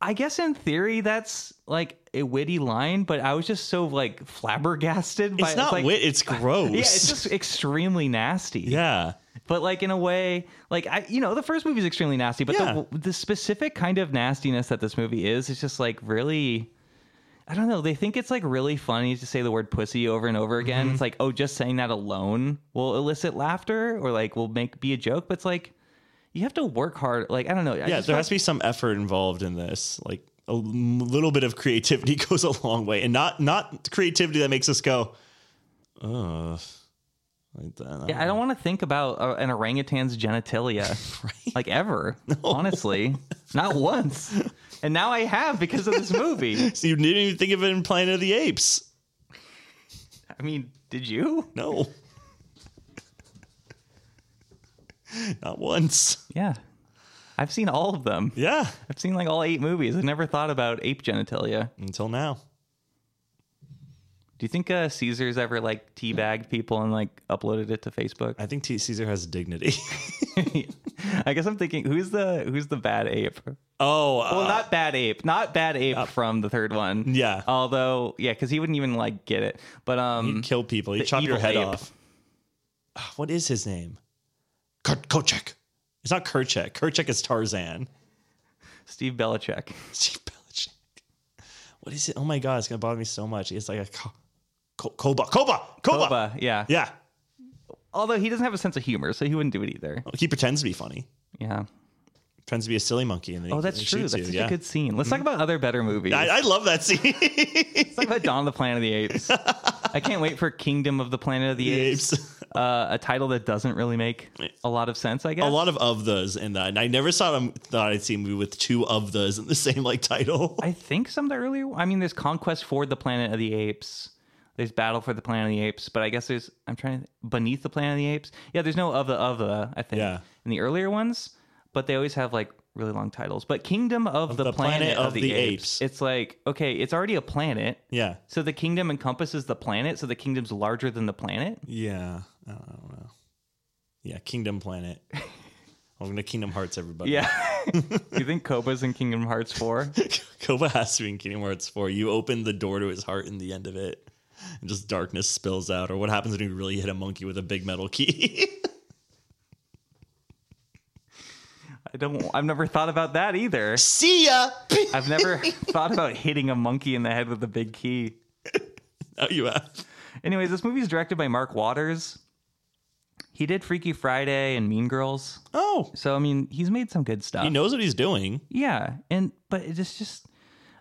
I guess in theory that's like a witty line, but I was just so like flabbergasted by
it's not
like,
wit. It's gross.
Yeah, it's just extremely nasty
yeah.
but like in a way like i you know the first movie is extremely nasty but the, the specific kind of nastiness that this movie is it's just like really i don't know they think it's like really funny to say the word pussy over and over again
Mm-hmm.
it's like oh just saying that alone will elicit laughter or like will make be a joke but it's like you have to work hard like i don't know
Yeah, there has to be some effort involved in this. Like a l- little bit of creativity goes a long way, and not not creativity that makes us go, ugh. Like that.
I don't want to think about uh, an orangutan's genitalia, like ever. Honestly, not once. And now I have because of this movie.
So you didn't even think of it in Planet of the Apes.
I mean, did you?
No. Not once.
Yeah. I've seen all of them.
Yeah.
I've seen like all eight movies. I never thought about ape genitalia.
Until now.
Do you think uh, Caesar's ever like teabagged people and like uploaded it to Facebook?
I think T Caesar has dignity.
I guess I'm thinking who's the who's the bad ape?
oh, uh,
Well, not bad ape, not bad ape from the third one.
Yeah.
Although, Uh, yeah, because he wouldn't even like get it. But um,
kill people. You
the
chop your
evil
head
ape.
off. Ah, What is his name? Kurt Kochek. It's not Kerchek. Kerchek is Tarzan.
Steve Belichick.
Steve Belichick. What is it? Oh my god, it's gonna bother me so much. It's like a co- co- Koba. Koba. Koba.
Boba, Oh. yeah.
Yeah.
Although he doesn't have a sense of humor, so he wouldn't do it either.
Oh, He pretends to be funny.
Yeah.
Pretends to be a silly monkey. And then
Oh,
he,
that's
he
true.
shoots
That's Mm-hmm.
you.
such
yeah.
a good scene. Let's talk about other better movies.
I, I love that scene.
Let's talk about Dawn of the Planet of the Apes. I can't wait for Kingdom of the Planet of the,
The
Apes.
apes.
Uh, a title that doesn't really make a lot of sense, I guess.
A lot of of those in that. And I never saw them, thought I'd see a movie with two of those in the same like title.
I think some of the earlier. I mean, there's Conquest for the Planet of the Apes. There's Battle for the Planet of the Apes, but I guess there's I'm trying to Beneath the Planet of the Apes. Yeah, there's no of the of the I think
Yeah.
in the earlier ones, but they always have like really long titles. But Kingdom of, the, Planet, of, the, apes.
Apes.
It's like okay, it's already a planet.
yeah.
So the kingdom encompasses the planet, so the kingdom's larger than the planet.
Yeah. I don't, I don't know. Yeah, Kingdom Planet. Welcome to Kingdom Hearts, everybody.
Yeah. you think Koba's in Kingdom Hearts 4?
Koba has to be in Kingdom Hearts 4. You open the door to his heart in the end of it, and just darkness spills out. Or what happens when you really hit a monkey with a big metal key?
I don't I've never thought about that either.
See ya!
I've never thought about hitting a monkey in the head with a big key.
now Oh, you have.
Anyways, this movie is directed by Mark Waters. He did Freaky Friday and Mean Girls.
Oh,
So I mean, he's made some good stuff.
he knows what he's doing.
yeah, and but it's just just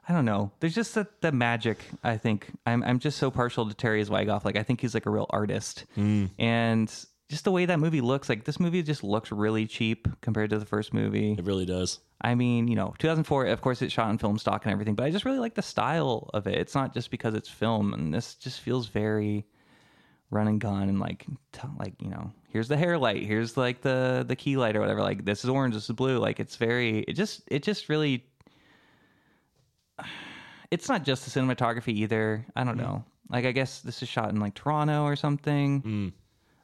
I don't know. There's just the, the magic. I think I'm I'm just so partial to Terry Wygoff. Like I think he's like a real artist, and just the way that movie looks. Like this movie just looks really cheap compared to the first movie.
It really does.
I mean, you know, 2004. Of course, it's shot in film stock and everything, but I just really like the style of it. It's not just because it's film, and this just feels very run and gun and like t- like you know, here's the hair light, here's like the the key light or whatever. Like this is orange, this is blue. Like it's very. It just it just really. It's not just the cinematography either. I don't know. Like I guess this is shot in like Toronto or something.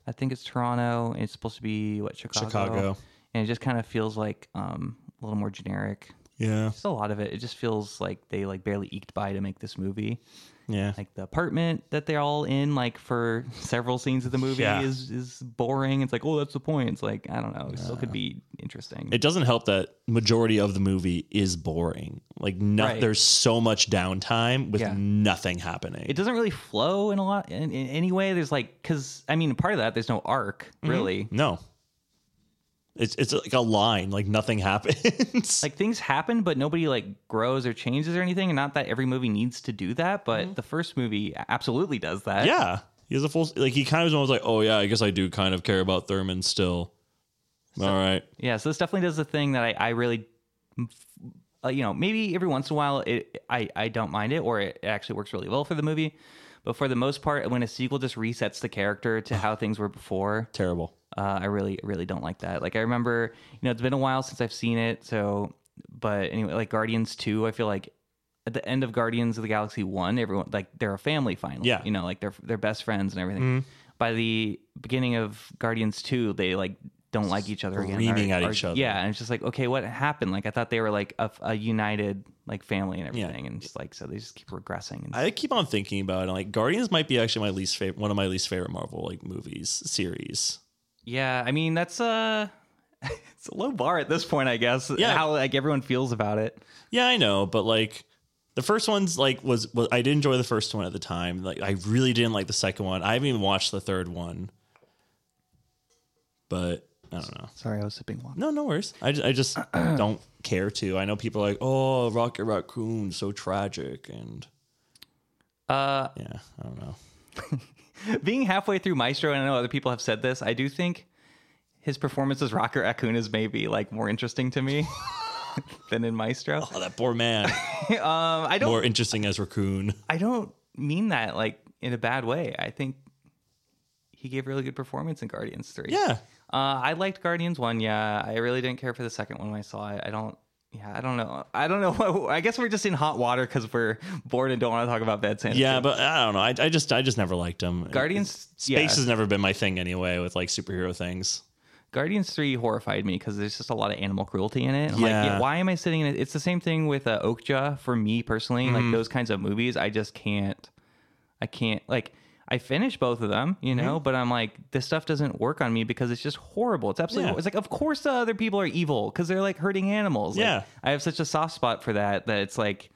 I think it's Toronto. And it's supposed to be what Chicago.
Chicago.
and it just kind of feels like um, a little more generic.
Yeah.
Just a lot of it. It just feels like they like barely eked by to make this movie.
Yeah.
Like the apartment that they're all in, like for several scenes of the movie,
Yeah.
is is boring. It's like, oh, that's the point. It's like I don't know. It still could be interesting.
it doesn't help that majority of the movie is boring. Like no,
Right.
there's so much downtime with
Yeah.
nothing happening.
it doesn't really flow in a lot in, in any way. There's like because I mean, part of that there's no arc
Mm-hmm.
really.
no. It's it's like a line, like nothing happens.
Like things happen, but nobody like grows or changes or anything. And not that every movie needs to do that, but the first movie absolutely does that.
Mm-hmm. yeah. He has a full like he kind of was almost like, "Oh yeah, I guess I do kind of care about Thurman still." All right.
Yeah, so this definitely does the thing that I, I really, uh, you know, maybe every once in a while it, I, I don't mind it or it actually works really well for the movie. But for the most part, when a sequel just resets the character to how things were before,
Terrible.
uh, I really, really don't like that. Like, I remember, you know, it's been a while since I've seen it. So, but anyway, like Guardians 2, I feel like at the end of Guardians of the Galaxy 1, everyone, like, they're a family finally.
Yeah. Mm-hmm.
You know, like they're, they're best friends and everything. By the beginning of Guardians 2, they, like, don't like each other again.
Screaming at each other.
Yeah. And it's just like, okay, what happened? Like, I thought they were, like, a, a united, like, family and everything. And just, like, so they just keep regressing. And,
I keep on thinking about it. Like Guardians might be actually my least favorite, one of my least favorite Marvel like movies series.
yeah. I mean, that's, uh, it's a low bar at this point, I guess.
Yeah.
How, like, everyone feels about it.
Yeah, I know, but like the first one's like was, was I did enjoy the first one at the time. Like I really didn't like the second one. I haven't even watched the third one. But I don't know.
Sorry, I was sipping water.
No, no worries. I just, I just don't care to. I know people are like, "Oh, Rocket Raccoon, so tragic," and
Uh,
yeah, I don't know.
being halfway through Maestro, and I know other people have said this, I do think his performance as Rocker Raccoon is maybe like more interesting to me than in Maestro. Um,
Oh, that poor man.
I don't,
More interesting as Raccoon.
I don't mean that like in a bad way. I think he gave a really good performance in Guardians Three.
Yeah,
Uh, I liked Guardians One. Yeah, I really didn't care for the second one when I saw it. I don't. Yeah, I don't know. I don't know. I guess we're just in hot water because we're bored and don't want to talk about Bad Santa.
yeah, but I don't know. I, I just, I just never liked him.
Guardians
Space
yeah.
has never been my thing anyway with like superhero things.
Guardians 3 horrified me because there's just a lot of animal cruelty in it. I'm like,
Yeah.
yeah, why am I sitting in it? It's the same thing with uh, Oakja for me personally.
Mm-hmm.
Like those kinds of movies, I just can't. I can't. Like, I finished both of them, you
Mm-hmm.
know, but I'm like, this stuff doesn't work on me because it's just horrible. It's absolutely.
Yeah.
It's like, of course the other people are evil because they're like hurting animals. Like,
Yeah.
I have such a soft spot for that that it's like.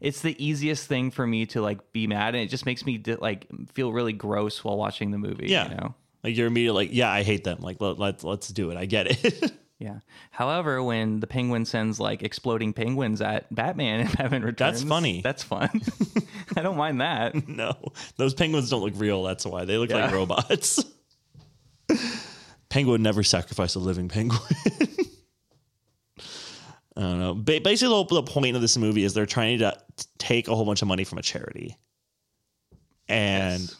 It's the easiest thing for me to like be mad, and it just makes me di- like feel really gross while watching the movie.
Yeah.
you know?
Like you're immediately like, yeah, I hate them. Like let, let let's do it. I get it.
Yeah. However, when the penguin sends like exploding penguins at Batman and Batman Returns,
funny.
That's fun. I don't mind that.
no, those penguins don't look real. That's why they look like
Yeah.
robots. penguin never sacrificed a living penguin. I don't know. Ba- basically, the, whole, the point of this movie is they're trying to t- take a whole bunch of money from a charity, and.
Yes.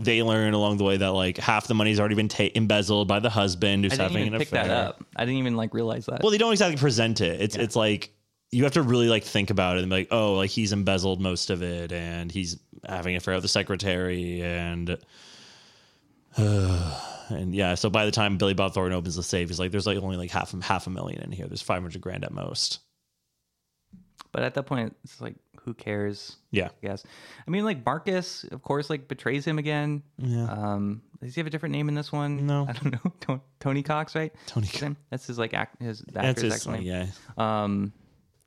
They learn along the way that like half the money's already been ta- embezzled by the husband who's
I didn't
having
even
an
pick
affair.
that up. I didn't even like realize that.
Well, they don't exactly present it. It's it's like you have to really like think about it and be like, oh, like he's embezzled most of it, and he's having an affair with the secretary, and and yeah. So by the time Billy Bob Thornton opens the safe, he's like, there's like only like half half a million in here. There's five hundred grand at most.
but at that point, it's like, who cares?
Yeah,
I guess. I mean, like Marcus, of course, like betrays him again. Yeah. Um, does he have a different name in this one?
No.
I don't know. Ton- Tony Cox, right?
Tony
His name? That's his like act. His the
that's
actor's
his
actual
like,
name.
yeah,
Um,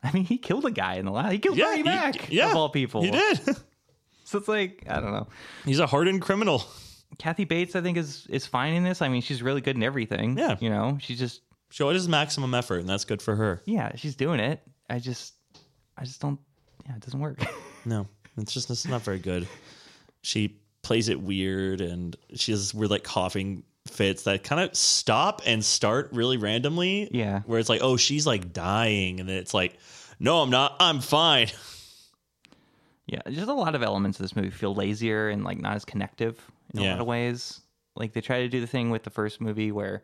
I mean, he killed a guy in the last. He killed
yeah,
Bernie
he-
Mac.
yeah.
Of all people,
He did.
So it's like I don't know.
he's a hardened criminal.
Kathy Bates, I think, is is fine in this. I mean, she's really good in everything.
Yeah.
you know, she's just
She always does maximum effort, and that's good for her.
yeah, she's doing it. I just, I just don't. Yeah, it doesn't work.
No, it's just it's not very good. She plays it weird, and she has this weird like coughing fits that kind of stop and start really randomly.
Yeah.
where it's like, oh, she's like dying, and then it's like, no, I'm not. I'm fine.
yeah, just a lot of elements of this movie feel lazier and like not as connective in a
Yeah.
lot of ways. Like they try to do the thing with the first movie where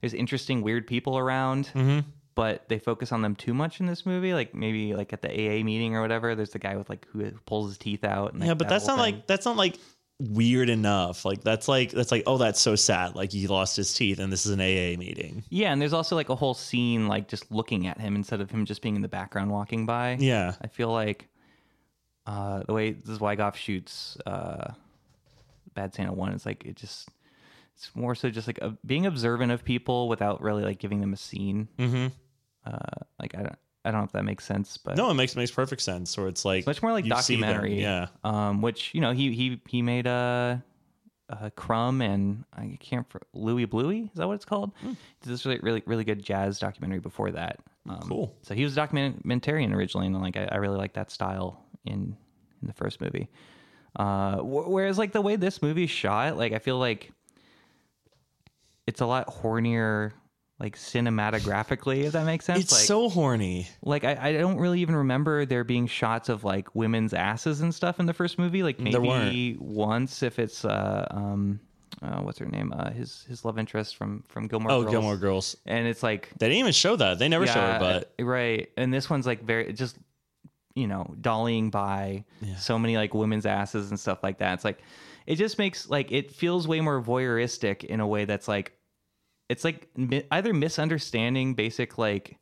there's interesting weird people around,
Mm-hmm.
but they focus on them too much in this movie. Like maybe like at the AA meeting or whatever, there's the guy with like who pulls his teeth out. And, like,
Yeah, but
that
that's
whole
not
thing.
like that's not like weird enough. Like that's like that's like oh that's so sad. Like he lost his teeth and this is an AA meeting.
Yeah, and there's also like a whole scene like just looking at him instead of him just being in the background walking by.
Yeah.
I feel like uh, the way this Wygoff shoots uh, Bad Santa One, it's like it just it's more so just like a, being observant of people without really like giving them a scene. Mm-hmm. Uh, like I don't I don't know if that makes sense, but
No, it makes makes perfect sense. Or it's like
much more like
you see them.
documentary.
Yeah.
Um, which you know he he he made a. Uh, Crumb and I can't for Louie Bluey is that what it's called?
Hmm.
Did this really really really good jazz documentary before that. Um,
Cool.
So he was a documentarian originally, and like I, I really like that style in in the first movie. Uh, wh- whereas like the way this movie's shot, like I feel like it's a lot hornier, like cinematographically, if that makes sense.
It's
like,
so horny.
like I, I don't really even remember there being shots of like women's asses and stuff in the first movie. Like
There
maybe once if it's uh um uh, what's her name uh his his love interest from from Gilmore
Oh,
Girls.
Gilmore Girls.
and it's like
They didn't even show that. They never show
yeah, uh,
it, but
right and this one's like very just you know dollying by so many like women's asses and stuff like that. It's like it just makes like it feels way more voyeuristic in a way that's like it's like mi- either misunderstanding basic like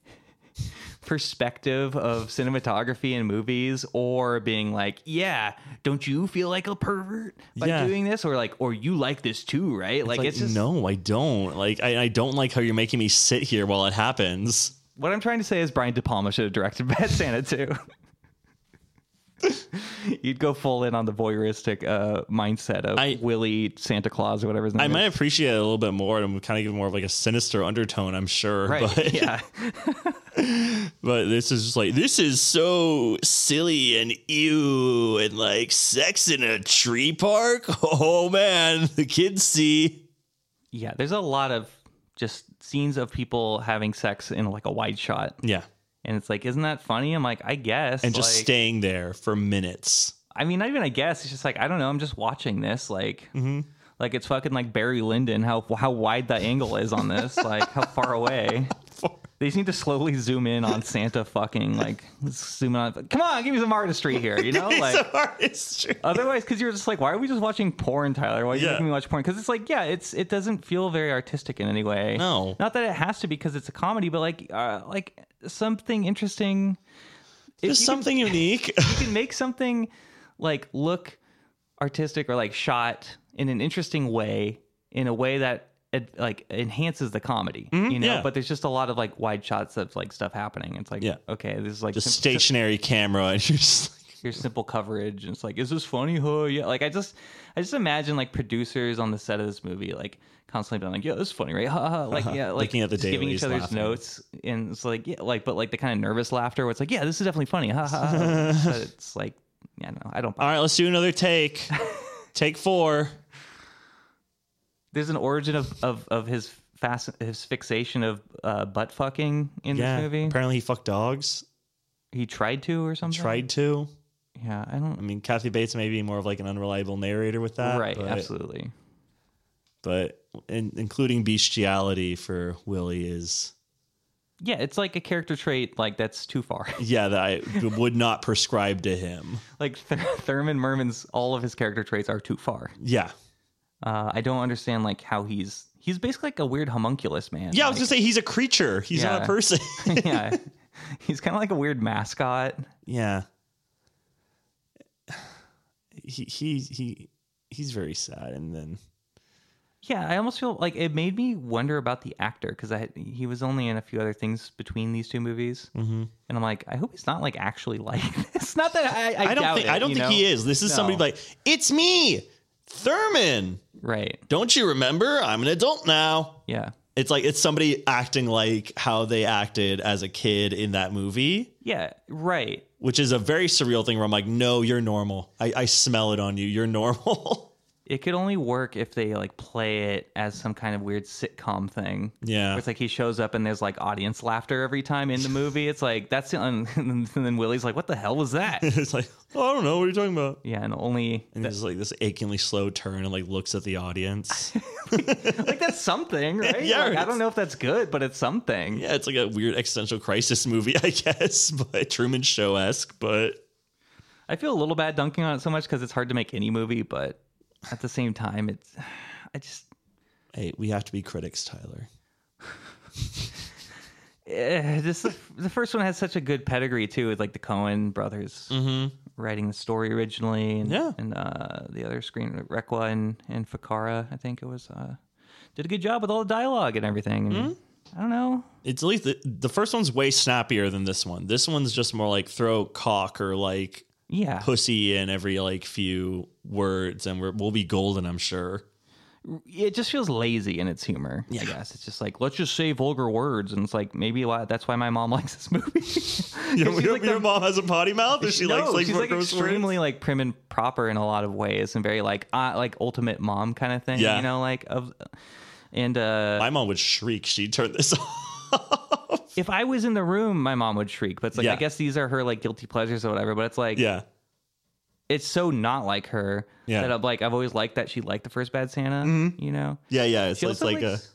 perspective of cinematography in movies or being like yeah don't you feel like a pervert by
Yeah.
doing this or like or you like this too right like,
like,
it's just
no, I don't. Like I, I don't like how you're making me sit here while it happens.
what i'm trying to say is brian de palma should have directed bad santa too you'd go full in on the voyeuristic uh mindset of
I-
willie santa claus or whatever his name
I
is.
might appreciate it a little bit more and kind of give more of like a sinister undertone, I'm sure.
right
But
yeah
but this is just like this is so silly and ew and like sex in a tree park. Oh man, the kids see.
yeah there's a lot of just scenes of people having sex in like a wide shot
Yeah.
And it's like, isn't that funny? I'm like, I guess.
And just
like-
staying there for minutes.
I mean, not even I guess. It's just like I don't know. I'm just watching this. Like,
Mm-hmm.
like it's fucking like Barry Lyndon. How how wide the angle is on this? like how far away? They just need to slowly zoom in on Santa fucking like zoom in on. Come on, give me some artistry here. You know, like
It's artistry.
Otherwise, because you're just like, why are we just watching porn, Tyler? Why are you
Yeah.
making me watch porn? Because it's like, yeah, it's it doesn't feel very artistic in any way.
No.
not that it has to because it's a comedy, but like, uh, like something interesting. If
There's
you can-
something unique.
you can make something like look artistic or like shot in an interesting way, in a way that it, like enhances the comedy, you know.
Mm-hmm. yeah.
But there's just a lot of like wide shots of like stuff happening. It's like,
Yeah.
okay, this is like
Just
sim-
stationary camera and you're just like
your simple coverage and it's like is this funny huh yeah like i just i just imagine like producers on the set of this movie like constantly being like yeah this is funny right Ha, ha, ha. like yeah like
Uh-huh. Looking at the
just giving each
dailies,
other's
laughing.
notes and it's like yeah like but like the kind of nervous laughter where it's like yeah this is definitely funny ha, ha, ha. but it's like yeah no i don't
All right, let's do another take. take four.
there's an origin of of, of his fast his fixation of uh butt fucking in
Yeah.
this movie
Apparently he fucked dogs.
he tried to or something
Tried to.
yeah i don't
I mean, Kathy Bates may be more of like an unreliable narrator with that.
right
but,
absolutely
But in, including bestiality for Willie is,
yeah it's like a character trait like that's too far
yeah, that I would not prescribe to him.
like Th- Thurman Merman's all of his character traits are too far.
Yeah.
Uh, I don't understand like how he's he's basically like a weird homunculus man.
Yeah, I was going to say he's a creature. He's not
Yeah.
a person.
Like, yeah. He's kind of like a weird mascot.
yeah. He, he, he, he's very sad. And then,
Yeah, I almost feel like it made me wonder about the actor because I he was only in a few other things between these two movies, mm-hmm. and I'm like, I hope he's not like actually like this. Not that I, I,
I don't
doubt
think,
it,
I don't
you
think
know?
he is. This is somebody
No.
like, it's me, Thurman.
Right?
Don't you remember? I'm an adult now.
Yeah,
It's like it's somebody acting like how they acted as a kid in that movie,
yeah, right.
which is a very surreal thing where I'm like, no, you're normal. I, I smell it on you. You're normal.
It could only work if they like play it as some kind of weird sitcom thing.
yeah.
Where It's like he shows up and there's like audience laughter every time in the movie. It's like that's the un- and then Willie's like, "What the hell was that?"
it's like, oh, I don't know. What are you talking about?
yeah, and only
And it's like this achingly slow turn and like looks at the audience.
like that's something, right?
Yeah,
like, I
it's-
don't know if that's good, but it's something.
yeah, it's like a weird existential crisis movie, I guess, but Truman Show esque. But
I feel a little bad dunking on it so much because it's hard to make any movie, but at the same time, it's I just
Hey, we have to be critics, Tyler.
eh, this the first one has such a good pedigree too, with like the Cohen brothers writing the story originally, and,
Yeah.
and uh, the other screen Requa and and Fakara, I think it was, uh, did a good job with all the dialogue and everything. And I don't know.
It's at least the, the first one's way snappier than this one. This one's just more like throw cock or like
Yeah,
pussy in every like few words, and we're, we'll be golden, I'm sure.
it just feels lazy in its humor. I guess it's just like let's just say vulgar words, and it's like maybe why, that's why my mom likes this movie. 'Cause
Your,
she's
your-
like the-
your mom has a potty mouth, or she
no,
likes like,
she's like
gross words?
extremely like prim and proper in a lot of ways, and very like uh, like ultimate mom kind of thing.
Yeah.
you know, like of and uh
My mom would shriek. She'd turn this off.
if I was in the room, my mom would shriek. But it's like
Yeah.
I guess these are her like guilty pleasures or whatever. But it's like
yeah,
it's so not like her
Yeah.
that I'm like I've always liked that she liked the first Bad Santa. You know,
yeah, yeah. It's,
She
it's
also
like uh, a.
likes-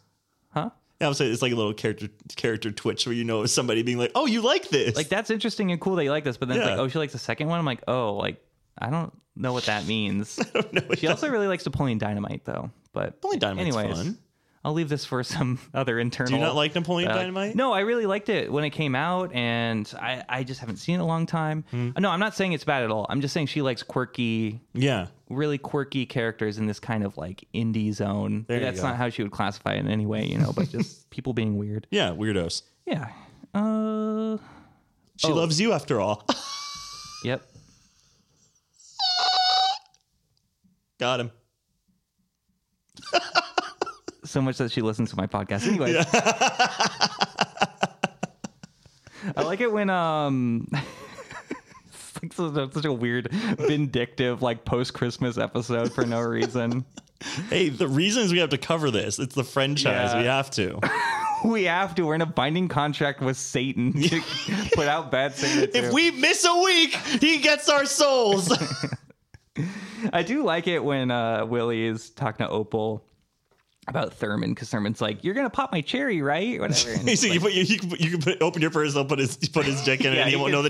huh?
Yeah, I'm saying it's like a little character character twitch where you know it's somebody being like, "Oh, you like this?"
like that's interesting and cool that you like this, but then it's
Yeah.
like, oh, she likes the second one. I'm like, oh, like I don't know what that means.
I don't know what
she also really likes Napoleon Dynamite though, but
Napoleon Dynamite's
anyways,
fun.
I'll leave this for some other internal.
Do you not like Napoleon
uh,
Dynamite?
No, I really liked it when it came out, and I I just haven't seen it in a long time.
Hmm.
Uh, No, I'm not saying it's bad at all. I'm just saying she likes quirky,
Yeah.
really quirky characters in this kind of like indie zone.
you
That's
go.
not how she would classify it in any way, you know, but just people being weird.
Yeah, weirdos.
Yeah. Uh.
She loves you after all.
Yep.
Got him.
so much that she listens to my podcast anyway. I like it when um it's like such a- such a weird vindictive like post Christmas episode for no reason.
Hey, the reasons we have to cover this, it's the franchise.
Yeah.
We have to.
we have to. We're in a binding contract with Satan to put out bad Santa.
if
too.
we miss a week, he gets our souls.
I do like it when uh, Willie is talking to Opal about Thurman because Thurman's like, "You're gonna pop my cherry, right?" Whatever. And
you, see, you, put, you, you can put, you can put, open your purse, I'll put his, put his dick in it,
Yeah,
and he
you
won't
can-
know the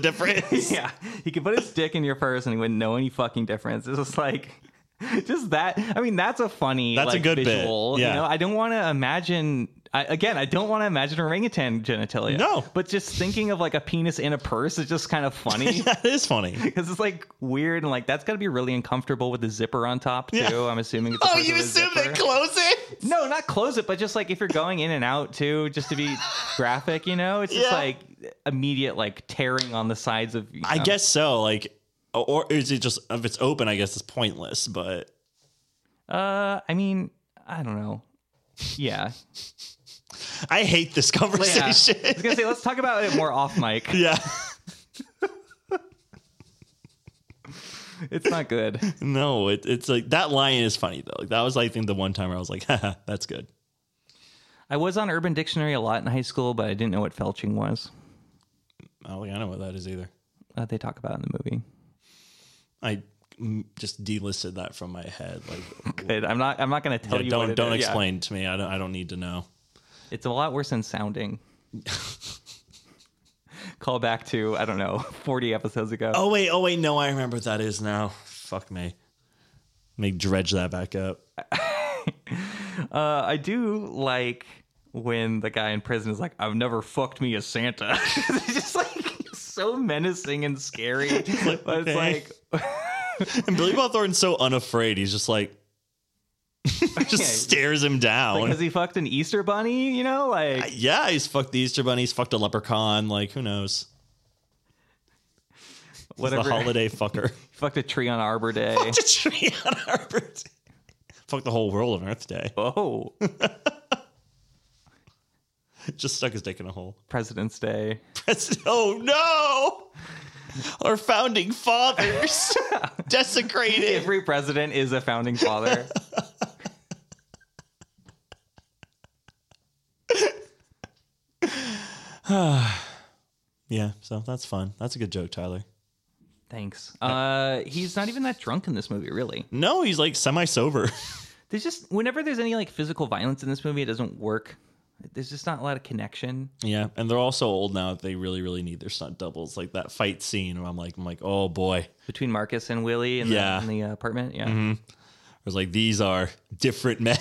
difference.
yeah, he could put his dick in your purse and he wouldn't know any fucking difference. It's just like, just that. I mean, that's a funny.
That's a
like,
good bit.
visual,
Yeah.
You know, I don't want to imagine. I, again, I don't want to imagine orangutan genitalia.
No.
but just thinking of like a penis in a purse is just kind of funny
that is funny.
because it's like weird and like that's got to be really uncomfortable with the zipper on top too.
Yeah.
I'm assuming. It's a
Oh,
person
you
with a
assume they
zipper.
close it?
No, not close it, but just like if you're going in and out too, just to be graphic, you know, it's just
Yeah.
like immediate like tearing on the sides of. um, you
I
know.
guess so. Like, or is it just, if it's open, I guess it's pointless, but
Uh, I mean, I don't know. Yeah,
I hate this
yeah. I was
conversation.
gonna say let's talk about it more off mic.
Yeah.
It's not good.
No, it, it's like that lion is funny though. Like, that was, I think, the one time where I was like, Haha, that's good.
I was on Urban Dictionary a lot in high school, but I didn't know what felching was.
I don't think I know what that is either.
Uh, they talk about it in the movie.
I mm, just delisted that from my head. Like,
Good. I'm not. I'm not gonna tell
yeah,
you. what
don't
it
don't
is. Yeah.
explain to me. I don't I don't need to know.
It's a lot worse than sounding. Call back to I don't know, 40 episodes ago.
Oh wait, oh wait, no, I remember what that is now. Fuck me. Make dredge that back up.
Uh, I do like when the guy in prison is like, "I've never fucked me a Santa." it's just like so menacing and scary, but
okay.
it's like.
And Billy Bob Thornton's so unafraid. He's just like, just stares him down.
Because he fucked an Easter bunny, you know, like
yeah, he's fucked the Easter Bunny. He's fucked a leprechaun. Like, who knows? He's
whatever.
the holiday fucker.
Fucked a tree on Arbor Day.
Fucked a tree on Arbor Day. Fuck the whole world on Earth Day.
Oh,
Just stuck his dick in a hole.
President's Day.
President. Oh no! Our founding fathers desecrated.
Every president is a founding father.
Yeah, so that's fun. That's a good joke, Tyler.
Thanks. Uh, he's not even that drunk in this movie, really.
No, he's like semi sober.
There's just whenever there's any like physical violence in this movie, it doesn't work. There's just not a lot of connection.
yeah, and they're all so old now that they really, really need their stunt doubles. Like that fight scene where I'm like, I'm like, oh boy.
between Marcus and Willie in
Yeah. Mm-hmm.
the, in the apartment. Yeah.
was like, these are different men.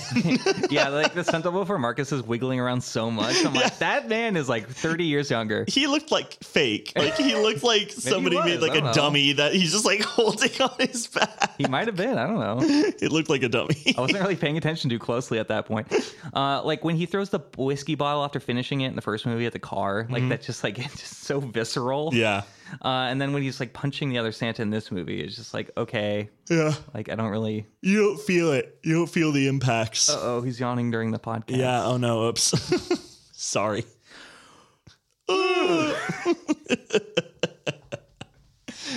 yeah, like the stunt double for Marcus is wiggling around so much. I'm like, that man is like 30 years younger.
he looked like fake. Like he looked like somebody
was,
made like
I don't
a
know.
dummy that he's just like holding on his back.
He might have been. I don't know.
It looked like a dummy.
I wasn't really paying attention too closely at that point. Uh, like when he throws the whiskey bottle after finishing it in the first movie at the car, like that's just like it's just so visceral.
Mm-hmm. Yeah.
Uh, and then when he's like punching the other Santa in this movie, it's just like okay,
Yeah.
like I don't really.
You don't feel it. You don't feel the impacts.
Oh, he's yawning during the podcast.
Yeah. Oh no. Oops. Sorry.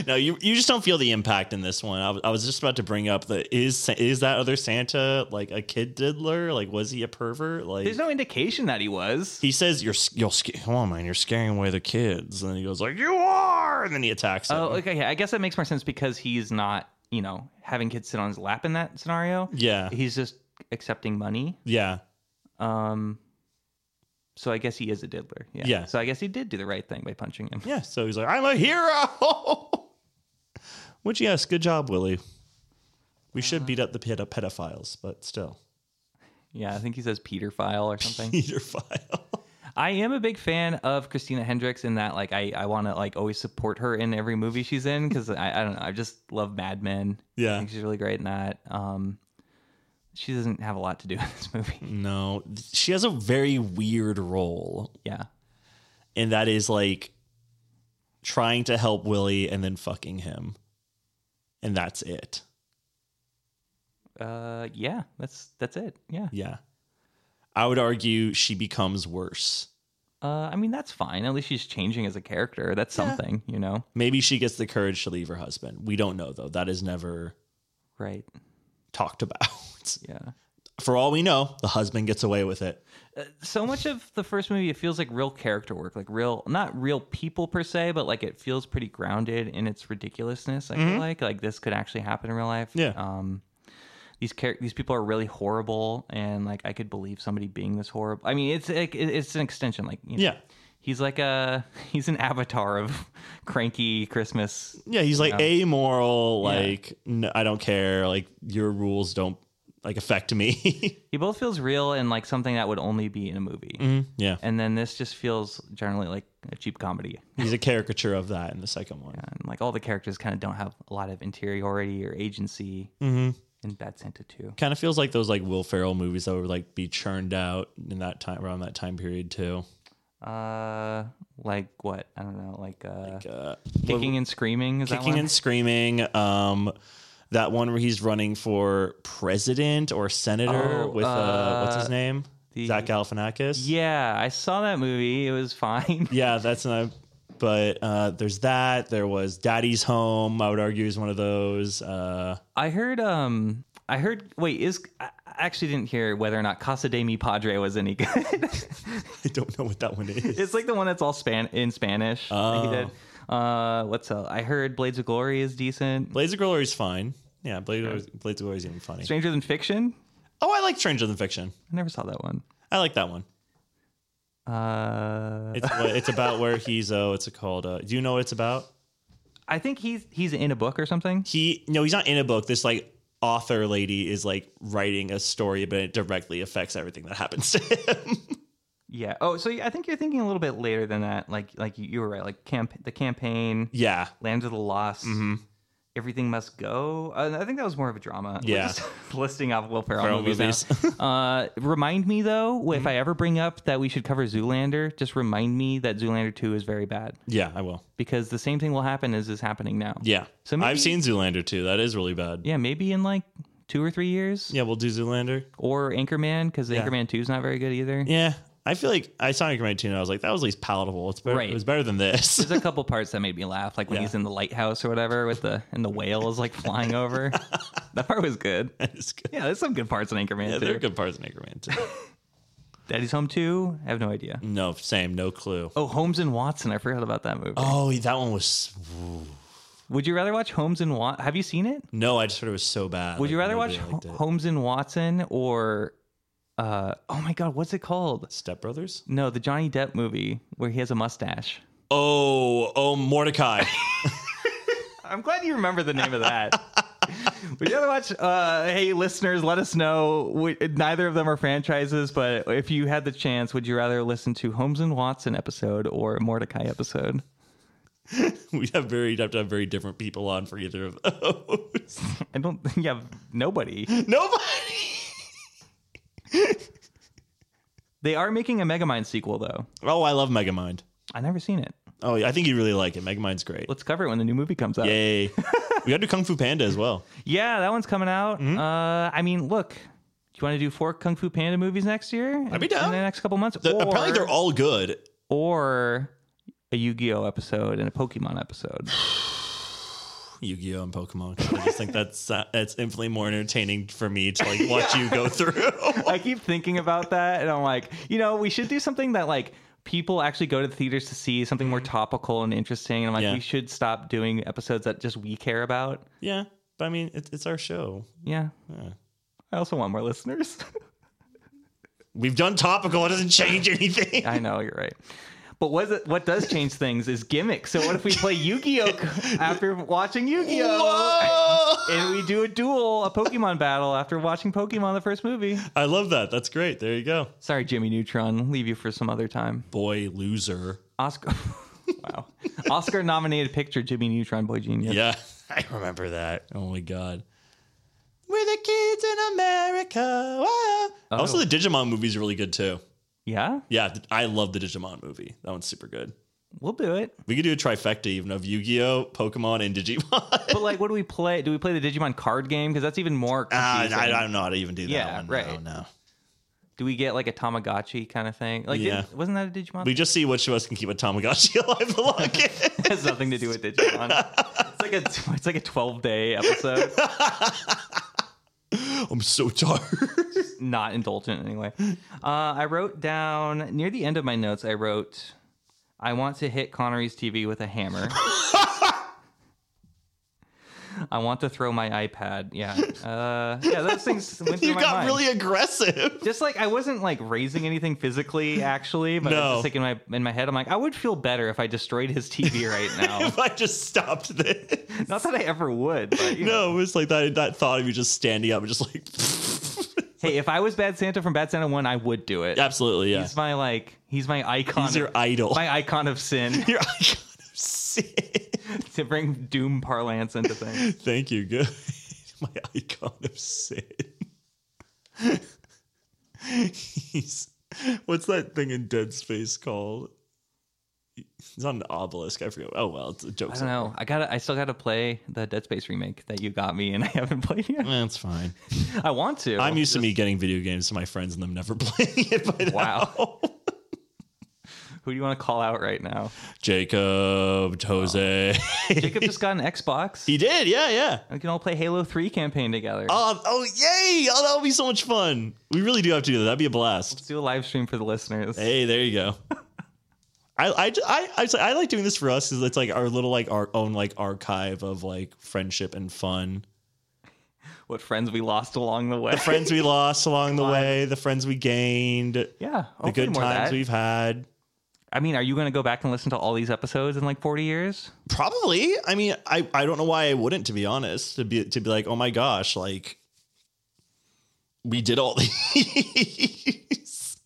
no, you you just don't feel the impact in this one. I was- I was just about to bring up that is Sa- is that other Santa like a kid diddler? Like was he a pervert? Like
There's no indication that he was.
he says you're s- you'll sc- come on man you're scaring away the kids and then he goes like you are and then he attacks him.
Oh, okay. Yeah, I guess that makes more sense because he's not, you know, having kids sit on his lap in that scenario.
yeah.
He's just accepting money.
Yeah.
Um, so I guess he is a diddler. Yeah.
Yeah.
So I guess he did do the right thing by punching him.
Yeah, so he's like, I'm a hero. Which, yes, good job, Willie. We should beat up the ped- pedophiles, but still.
Yeah, I think he says Peter File or something.
Pedophile.
I am a big fan of Christina Hendricks in that, like, I, I want to like always support her in every movie she's in because I, I don't know, I just love Mad Men. I
Yeah.
think she's really great in that. Um, she doesn't have a lot to do in this movie.
No, she has a very weird role,
Yeah,
and that is like trying to help Willie and then fucking him. And that's it.
uh, yeah, that's that's it. Yeah,
Yeah. I would argue she becomes worse.
uh, I mean that's fine. At least she's changing as a character. That's something, you know.
Maybe she gets the courage to leave her husband. We don't know, though. That is never
Right.
talked about.
Yeah.
for all we know, the husband gets away with it.
so much of the first movie it feels like real character work like real not real people per se but like it feels pretty grounded in its ridiculousness i feel like like this could actually happen in real life
Mm-hmm. Yeah.
um these char- these people are really horrible and like i could believe somebody being this horrible i mean it's like it- it's an extension like you know,
Yeah.
he's like a he's an avatar of cranky christmas
Yeah, he's like amoral, like no, I don't care, like your rules don't like affect me.
he both feels real and like something that would only be in a movie
Mm-hmm. yeah.
and then this just feels generally like a cheap comedy
He's a caricature of that in the second one.
and like all the characters kind of don't have a lot of interiority or agency
Mm-hmm.
in Bad Santa 2.
Kind of feels like those like Will Ferrell movies that would like be churned out in that time around that time period too.
Uh, like what? I don't know. Like uh,
Uh,
kicking and screaming is that
kicking
one?
and screaming. Um, that one where he's running for president or senator
Oh,
with uh, what's his name?
the-
Zach Galifianakis.
yeah, I saw that movie. It was fine.
yeah, that's not. But uh, there's that. There was Daddy's Home. I would argue is one of those. Uh,
I heard. Um, I heard. Wait, is I I actually didn't hear whether or not Casa de Mi Padre was any good.
I don't know what that one is.
it's like the one that's all span in Spanish. that he
Oh.
did. Uh, what's else? I heard Blades of Glory is decent.
Blades of Glory is fine. Yeah, Blades, of Blades of Glory is even funny.
Stranger Than Fiction.
Oh, I like Stranger Than Fiction.
I never saw that one.
I like that one.
Uh,
It's it's about where he's oh, it's called. Uh, do you know what it's about?
I think he's he's in a book or something.
He no, he's not in a book. This like author lady is like writing a story, but it directly affects everything that happens to him.
Yeah. Oh, so I think you're thinking a little bit later than that. Like like you, you were right. Like camp the campaign,
yeah,
Land of the Lost,
Mm-hmm.
Everything Must Go. Uh, I think that was more of a drama. We're
Yeah.
just listing off Will Ferrell
Ferrell Mm-hmm.
movies. now. uh, remind me though, if I ever bring up that we should cover Zoolander, just remind me that Zoolander two is very bad
yeah, I will.
because the same thing will happen as is happening now.
Yeah,
So maybe-
I've seen Zoolander too. That is really bad.
Yeah. Maybe in like two or three years,
Yeah, we'll do Zoolander.
or Anchorman because Anchorman two is not very good either.
Yeah, I feel like I saw Anchorman 2 and I was like, that was at least palatable. It's better,
Right.
It was better than this.
There's a couple parts that made me laugh, like when
Yeah.
he's in the lighthouse or whatever, with the and the whale is like flying over. that part was good.
it's good.
Yeah, there's some good parts in Anchorman
Yeah, there
too.
are good parts in Anchorman 2.
Daddy's Home too. I have no idea.
no, same, no clue.
Oh, Holmes and Watson. I forgot about that movie.
Oh, that one was.
Would you rather watch Holmes and Watson? Have you seen it?
No, I just heard it was so bad.
Would you rather watch
nobody liked
Ho-
it.
Holmes and Watson or, uh, oh my God, what's it called?
Step Brothers?
No, the Johnny Depp movie where he has a mustache.
Oh, oh, Mordecai.
I'm glad you remember the name of that. But you have to watch. Uh, hey, listeners, let us know. We, neither of them are franchises, but if you had the chance, would you rather listen to Holmes and Watson episode or Mordecai episode?
We'd have very you'd have to have very different people on for either of those.
I don't. Yeah, nobody.
Nobody.
They are making a Megamind sequel though.
Oh, I love Megamind.
I never seen it.
Oh, yeah, I think you really like it. Megamind's great.
Let's cover it when the new movie comes out.
Yay. we got to do Kung Fu Panda as well.
Yeah, that one's coming out.
Mm-hmm.
Uh, I mean, look, do you want to do four Kung Fu Panda movies next year? I'd
be down.
in the next couple months.
The- apparently, they're all good.
or a Yu-Gi-Oh episode and a Pokemon episode.
Yu-Gi-Oh and Pokemon. I just think that's uh, that's infinitely more entertaining for me to like watch you go through.
I keep thinking about that, and I'm like, you know, we should do something that like people actually go to the theaters to see something more topical and interesting. And I'm like,
Mm-hmm. Yeah.
we should stop doing episodes that just we care about.
yeah, but I mean, it, it's our show.
Yeah.
Yeah.
I also want more listeners.
We've done topical. It doesn't change anything.
I know you're right. But what, is it, what does change things is gimmicks. So what if we play Yu-Gi-Oh after watching Yu-Gi-Oh,
Whoa!
and we do a duel, a Pokemon battle after watching Pokemon the first movie?
I love that. That's great. There you go.
Sorry, Jimmy Neutron. Leave you for some other time.
Boy loser.
Oscar. wow. Oscar nominated picture Jimmy Neutron Boy Genius.
Yeah, I remember that. Oh my god. We're the kids in America. Wow. Also, the Digimon movie's really good too.
Yeah.
Yeah, th- I love the Digimon movie. That one's super good.
We'll do it.
We could do a trifecta even of Yu-Gi-Oh, Pokemon, and Digimon.
But like what do we play? Do we play the Digimon card game because that's even more
Ah,
confusing.
I, I don't know how to even do that
Yeah,
one.
right.
No, no.
Do we get like a Tamagotchi kind of thing? Like
Yeah.
didn't- wasn't that a Digimon?
We just see which of us can keep a Tamagotchi alive the longest.
It has nothing to do with Digimon. it's like a it's like a 12-day episode.
I'm so tired.
Not indulgent anyway. Uh, I wrote down near the end of my notes I wrote I want to hit Connery's TV with a hammer. I want to throw my iPad. Yeah. Uh, yeah, those things went through
you
my
got
mind.
really aggressive.
just like I wasn't like raising anything physically, actually, but I
No.
was just like in my in my head, I'm like, I would feel better if I destroyed his TV right now.
If I just stopped this.
Not that I ever would, but you know.
No, it was like that, that thought of you just standing up and just like,
hey, if I was Bad Santa from Bad Santa One, I would do it.
absolutely, yeah.
He's my like, he's my icon.
He's your idol.
my icon of sin
your icon of sin.
to bring doom parlance into things.
Thank you. Good. My icon of sin. He's what's that thing in Dead Space called? It's not an obelisk. I forget. Oh well, it's a joke.
I don't know. I gotta. I still gotta play the Dead Space remake that you got me, and I haven't played yet.
That's fine.
I want to.
Mm. I'm used to me getting video games to my friends and them never playing it by
Wow.
now.
Who do you want to call out right now?
Jacob, Jose.
Jacob just got an Xbox.
he did, yeah, yeah.
We can all play Halo Three campaign together.
Oh, oh, yay! Oh, that would be so much fun. We really do have to do that. That'd be a blast.
Let's do a live stream for the listeners.
Hey, there you go. I I ju- I I, just- I like doing this for us because it's like our little like our own like archive of like friendship and fun.
What friends we lost along the way.
Friends we lost along the way, the friends we gained, the
yeah. hopefully
good
more of
times
that.
we've had.
I mean, are you going to go back and listen to all these episodes in like 40 years?
Probably. I mean, I I don't know why I wouldn't to be honest. To be to be like, oh my gosh, like we did all these.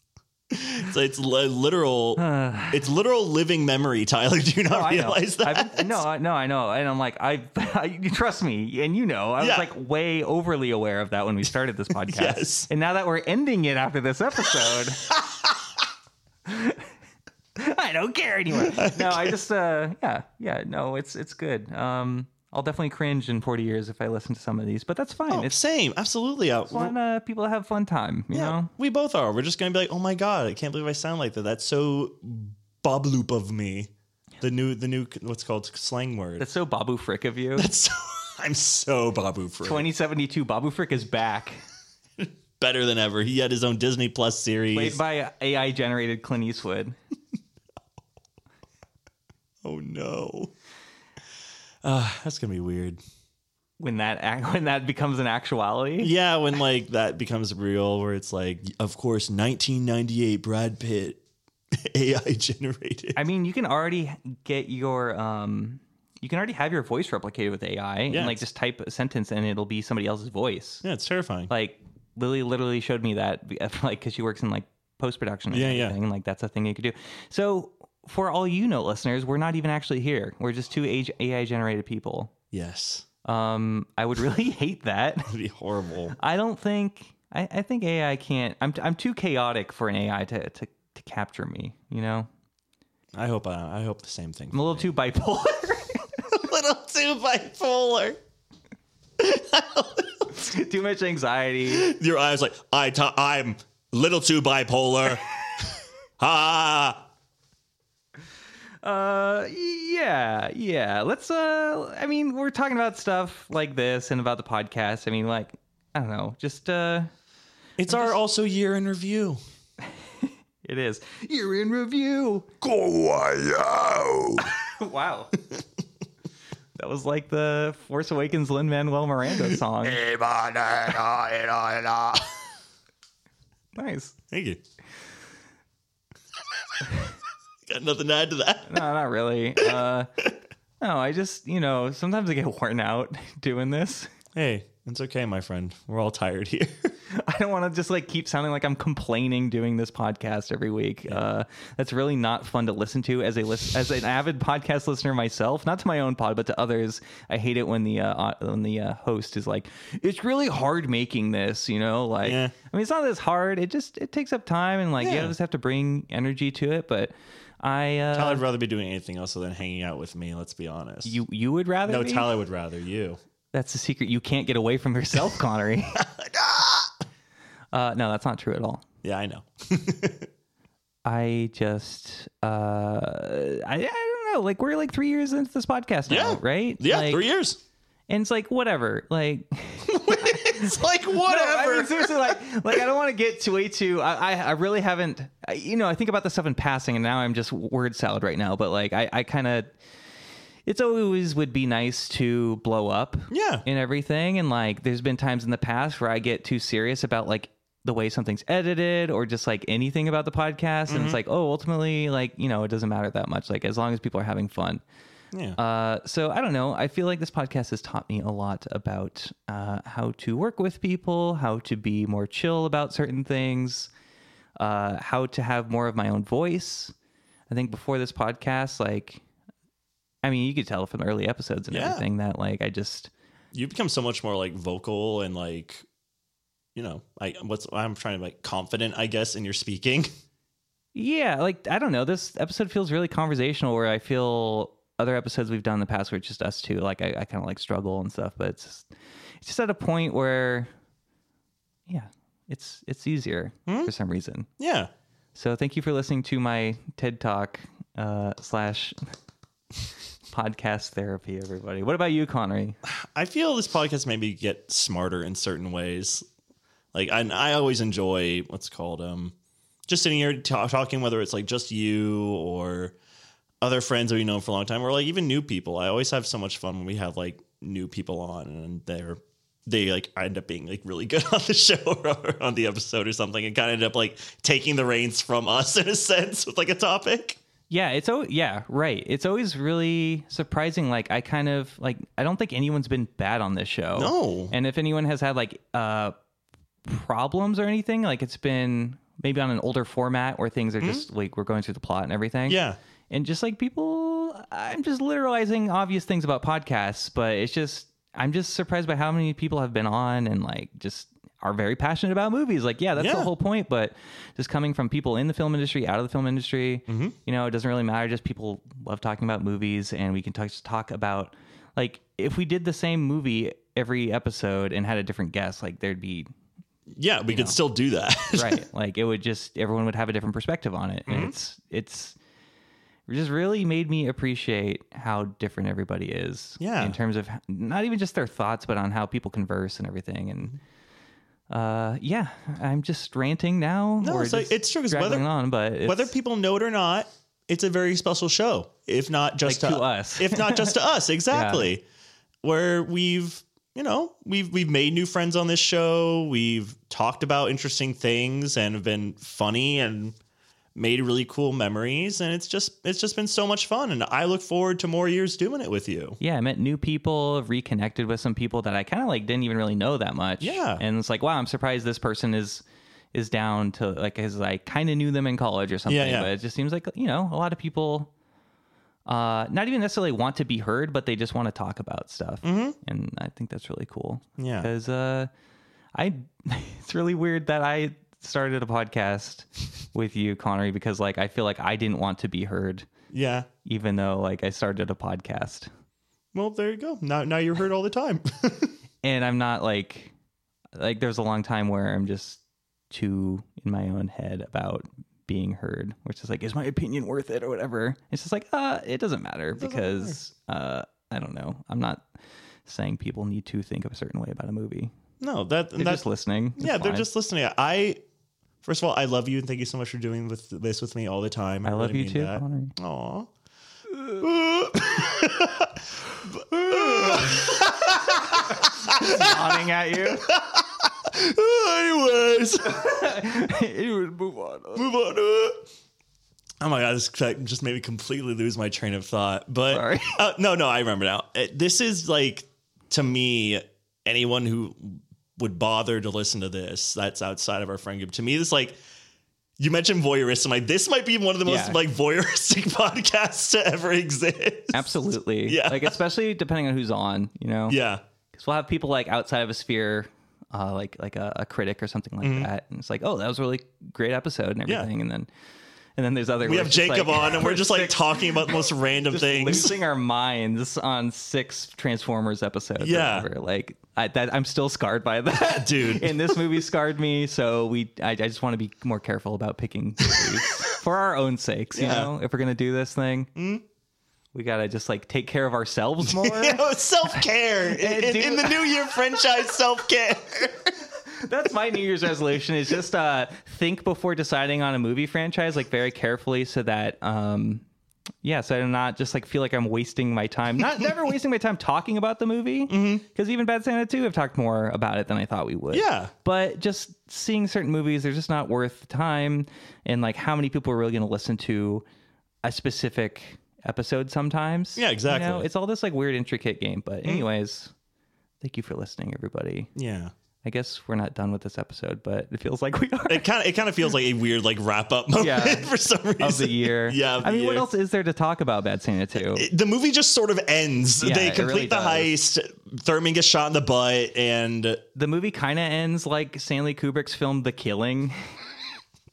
So it's li- literal. it's literal living memory, Tyler. Do you not
I know.
realize that?
I've been- no, I, no, I know. And I'm like, I, I you trust me, and you know, I
Yeah.
was like way overly aware of that when we started this podcast.
Yes.
And now that we're ending it after this episode, I don't care anymore. No, I just, uh, yeah, yeah, no, it's it's good. Um, I'll definitely cringe in 40 years if I listen to some of these, but that's fine.
Oh,
it's
same, absolutely. Uh, we're-
fun. Uh, people have fun time, you
yeah,
know.
we both are. We're just gonna be like, oh my god, I can't believe I sound like that. That's so bob loop of me. The new, the new, what's called slang word.
That's so Babu Frick of you.
That's so, I'm so babu for
2072, Babu Frick is back,
better than ever. He had his own Disney Plus
played
series.
by AI generated Clint Eastwood.
oh no, uh, that's gonna be weird.
When that ac- when that becomes an actuality,
Yeah, when like that becomes real, where it's like, of course, 1998, Brad Pitt, AI generated.
I mean, you can already get your um, you can already have your voice replicated with AI
Yeah,
and like
it's-
just type a sentence and it'll be somebody else's voice.
Yeah, it's terrifying.
Like Lily literally showed me that like because she works in like post production.
Yeah, yeah.
everything. Like that's a thing you could do. So for all you know, listeners, we're not even actually here. We're just two AI generated people.
yes.
Um, I would really hate that.
That'd be horrible.
I don't think I, I think AI can't. I'm I'm too chaotic for an AI to to, to capture me. You know,
I hope uh, I, I hope the same thing.
I'm a little too bipolar.
a little too bipolar.
too much anxiety.
Your eyes like I t- I'm a little too bipolar. ah,
Uh, yeah, yeah. Let's. Uh, I mean, we're talking about stuff like this and about the podcast. I mean, like, I don't know. Just uh,
it's our also year in review.
it is. You're in review. wow. That was like the Force Awakens Lin Manuel Miranda song. Nice.
Thank you. Got nothing to add to that.
No, not really. Uh, no, I just, you know, sometimes I get worn out doing this.
Hey, it's okay, my friend. We're all tired here.
I don't want to just like keep sounding like I'm complaining doing this podcast every week. Uh, that's really not fun to listen to as a list as an avid podcast listener myself. Not to my own pod, but to others. I hate it when the uh, uh, when the uh, host is like, "It's really hard making this," you know. Like,
Yeah.
I mean, it's not this hard. It just it takes up time and like you
Yeah.
just have to bring energy to it. But I uh,
Tyler would rather be doing anything else than hanging out with me. Let's be honest.
you you would rather
no,
be?
Tyler would rather you.
That's the secret. You can't get away from yourself, Connery. uh, no, that's not true at all.
Yeah, I know.
I just, uh, I, I don't know. Like we're like three years into this podcast now,
Yeah.
right?
Yeah,
Like,
three years.
And it's like whatever. Like
It's like
I mean, seriously, like, like I don't want to get too way too. I, I, I really haven't. I, you know, I think about this stuff in passing, and now I'm just word salad right now. But like, I, I kind of. It's always would be nice to blow up.
Yeah.
and everything. And like, there's been times in the past where I get too serious about like the way something's edited or just like anything about the podcast. And it's like, oh, ultimately, like, you know, it doesn't matter that much. Like, as long as people are having fun.
Yeah.
Uh, so I don't know. I feel like this podcast has taught me a lot about uh, how to work with people, how to be more chill about certain things, uh, how to have more of my own voice. I think before this podcast, like, I mean, you could tell from the early episodes and
Yeah.
everything that like I just
you become so much more like vocal and like you know i what's i'm trying to like confident i guess in your speaking
Yeah, like I don't know. This episode feels really conversational. Where I feel other episodes we've done in the past where it's just us two. Like I, I kind of like struggle and stuff, but it's just, it's just at a point where, yeah, it's it's easier for some reason.
yeah
So thank you for listening to my TED Talk uh, slash podcast therapy, everybody. What about you, Connery?
i feel this podcast made me get smarter in certain ways like i, I always enjoy what's it called um just sitting here ta- talking whether it's like just you or other friends that we know for a long time or like even new people i always have so much fun when we have like new people on and they're they like end up being like really good on the show or on the episode or something and kind of end up like taking the reins from us in a sense with like a topic
Yeah, it's oh yeah, right. It's always really surprising. Like I kind of like I don't think anyone's been bad on this show.
No.
And if anyone has had like uh problems or anything, like it's been maybe on an older format where things are just like we're going through the plot and everything.
yeah
And just like people I'm just literalizing obvious things about podcasts, but it's just I'm just surprised by how many people have been on and like just are very passionate about movies. Like, yeah, that's
Yeah.
the whole point, but just coming from people in the film industry, out of the film industry, you know, it doesn't really matter. Just people love talking about movies and we can talk, talk about like if we did the same movie every episode and had a different guest, like there'd be
yeah we could still do that
right like it would just everyone would have a different perspective on it
Mm-hmm.
and it's it's it just really made me appreciate how different everybody is
Yeah.
in terms of h- not even just their thoughts but on how people converse and everything and uh yeah i'm just ranting now
No,
or
it's like-
just
it's true, 'cause whether-
dragging on but it's,
whether people know it or not it's a very special show if not just
Like to us.
if not just to us exactly where we've you know we've we've made new friends on this show we've talked about interesting things and have been funny and made really cool memories and it's just it's just been so much fun and I look forward to more years doing it with you.
Yeah, I met new people, reconnected with some people that I kind of like didn't even really know that much.
Yeah.
and it's like, wow, I'm surprised this person is is down to like because I kind of knew them in college or something.
Yeah, yeah.
But it just seems like you know a lot of people, uh, not even necessarily want to be heard, but they just want to talk about stuff, and I think that's really cool.
Mm-hmm. Yeah.
because uh, I it's really weird that I started a podcast with you, Connery, because like I feel like I didn't want to be heard,
Yeah.
even though like I started a podcast.
Well, there you go. Now now you're heard all the time.
and I'm not like like there's a long time where I'm just too in my own head about being heard, which is like, is my opinion worth it or whatever? It's just like, uh, it doesn't matter because uh I don't know. I'm not saying people need to think of a certain way about a movie.
no, that
They're
that's
just listening. It's
yeah, they're
fine.
just listening. I first of all, I love you and thank you so much for doing with this with me all the time.
I love
really
you
mean
too,
that.
Connery.
Aw.
Nodding at you.
Anyways,
you would move on.
move on. Uh, Oh my god, this fact just made me completely lose my train of thought. But
Sorry.
Uh, no, no, I remember now. Uh, This is like to me, anyone who would bother to listen to this that's outside of our friend group. To me, this like you mentioned voyeurism. Like this might be one of the most
Yeah.
like voyeuristic podcasts to ever exist.
Absolutely.
Yeah.
Like especially depending on who's on, you know?
Yeah.
because we'll have people like outside of a sphere, uh, like like a, a critic or something like that, and it's like, oh, that was a really great episode and
Mm-hmm. Yeah.
everything, and then and then there's other.
We have Jacob on and we're just like
talking
talking about the most random things.
losing our minds on six Transformers episodes. or
Yeah.
whatever. like I, that, I'm still scarred by that,
Dude.
and this movie scarred me, so we I, I just want to be more careful about picking movies for our own sakes. You
Yeah. Mm-hmm.
know, if we're gonna do this thing. We gotta just like take care of ourselves more.
self care in, in- in the new year franchise self care.
That's my New Year's resolution is just uh, think before deciding on a movie franchise, like very carefully, so that um, yeah, so I'm not just like feel like I'm wasting my time. Not never wasting my time talking about the movie because
Mm-hmm.
even Bad Santa Two, I've talked more about it than I thought we would.
Yeah.
but just seeing certain movies, they're just not worth the time, and like how many people are really going to listen to a specific episode sometimes.
Yeah, exactly. Mm-hmm.
You know, it's all this like weird intricate game. But anyways, thank you for listening, everybody.
Yeah.
I guess we're not done with this episode, but it feels like we are
It kind of it kind of feels like a weird like wrap up moment
Yeah.
for some reason.
of the year.
Yeah, of
I
the
mean, what
year.
else is there to talk about Bad Santa 2?
It- the movie just sort of ends.
Yeah,
they
it
complete
really
the heist. Thurman gets shot in the butt, and
The movie kind of ends like Stanley Kubrick's film The Killing.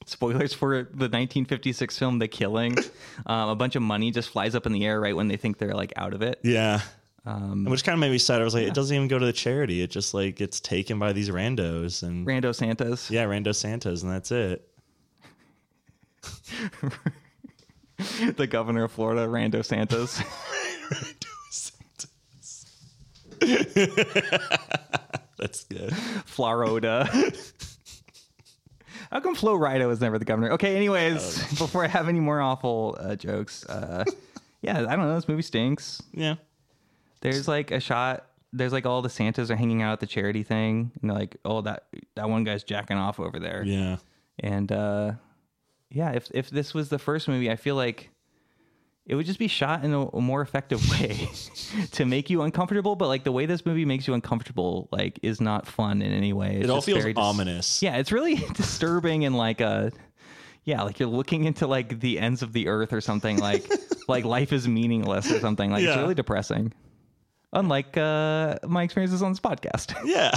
Spoilers for the 1956 film The Killing. Um, a bunch of money just flies up in the air right when they think they're like out of it.
yeah, which kind of made me sad. I was like, it doesn't even go to the charity. It just like gets taken by these randos, and
Rando Santas.
yeah, rando Santas, and that's it.
The governor of Florida, Rando Santas.
That's good.
Florida. How come Flo Rida was never the governor? Okay, anyways,
Oh.
before I have any more awful uh, jokes, uh, yeah, I don't know. This movie stinks.
Yeah,
There's like a shot. There's like all the Santas are hanging out at the charity thing, and they're like, "Oh, that that one guy's jacking off over there."
yeah.
And uh, yeah, if if this was the first movie, I feel like it would just be shot in a, a more effective way to make you uncomfortable. But like the way this movie makes you uncomfortable, like, is not fun in any way. It's
It all
just
feels
very dis-
ominous.
yeah, it's really disturbing and like a yeah, like you're looking into like the ends of the earth or something like like life is meaningless or something. Like it's
Yeah.
really depressing. Unlike uh, my experiences on this podcast.
Yeah,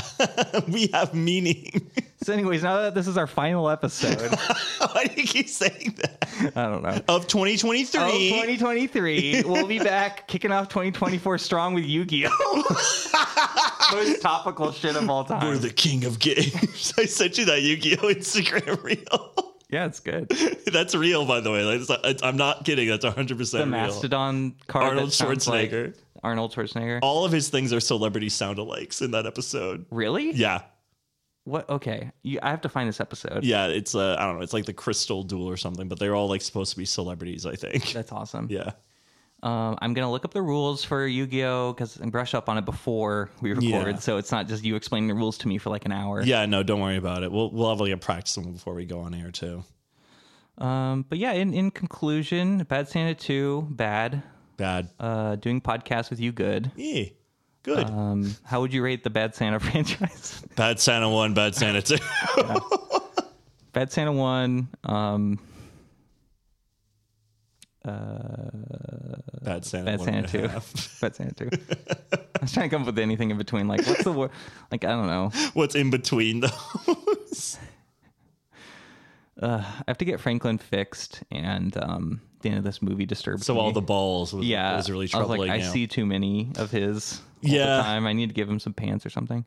we have meaning.
so, anyways, now that this is our final episode,
Why do you keep saying that?
I don't know.
Of 2023.
Of 2023, we'll be back kicking off 2024 strong with Yu-Gi-Oh. Most topical shit of all time.
We're the king of games. I sent you that Yu-Gi-Oh Instagram reel.
yeah, it's good.
That's real, by the way. Like, it's not- it's- I'm not kidding. That's 100
The
percent real.
mastodon card. that
Arnold
sounds like
Schwarzenegger.
Arnold Schwarzenegger.
All of his things are celebrity sound-alikes in that episode.
Really?
Yeah,
What? Okay, you, I have to find this episode.
yeah. It's uh, I don't know. It's like the Crystal Duel or something. But they're all like supposed to be celebrities. I think.
That's awesome.
Yeah.
Um, I'm gonna look up the rules for Yu-Gi-Oh because and brush up on it before we record,
Yeah.
so it's not just you explaining the rules to me for like an hour.
Yeah. No, don't worry about it. We'll we'll have like a practice one before we go on air too.
Um, but yeah, in, in conclusion, Bad Santa 2, bad.
Bad.
Uh, doing podcasts with you, good.
yeah. Good.
Um, how would you rate the Bad Santa franchise?
bad Santa 1, Bad Santa 2.
Bad Santa 1, um,
bad Santa
Bad
1. and
Santa 2.
a half.
Bad Santa 2. I was trying to come up with anything in between. Like, what's the word? Like, I don't know.
What's in between those?
I have to get Franklin fixed, and um, the end of this movie disturbs
so
me.
all the balls was,
yeah,
was really
I was
troubling.
like, I
yeah.
see too many of his. All
Yeah.
the time. I need to give him some pants or something.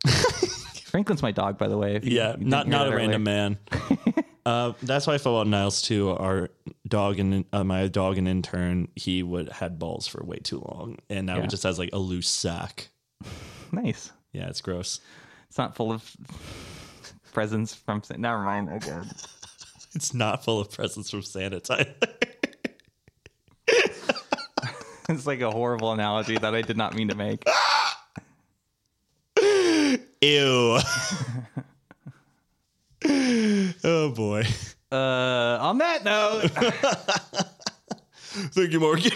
Franklin's my dog, by the way. if you-
Yeah,
you didn't
not
hear
not
that
a
earlier.
random man. uh, that's why I felt about Niles too. Our dog and uh, my dog and intern, he would had balls for way too long, and now
Yeah.
it just has like a loose sack.
Nice.
Yeah, it's gross.
It's not full of presents from. Sa- Never mind. Okay.
It's not full of presents from Santa. Tyler.
it's like a horrible analogy that I did not mean to make.
Ew. oh boy.
Uh, on that note,
Thank you, Morgan.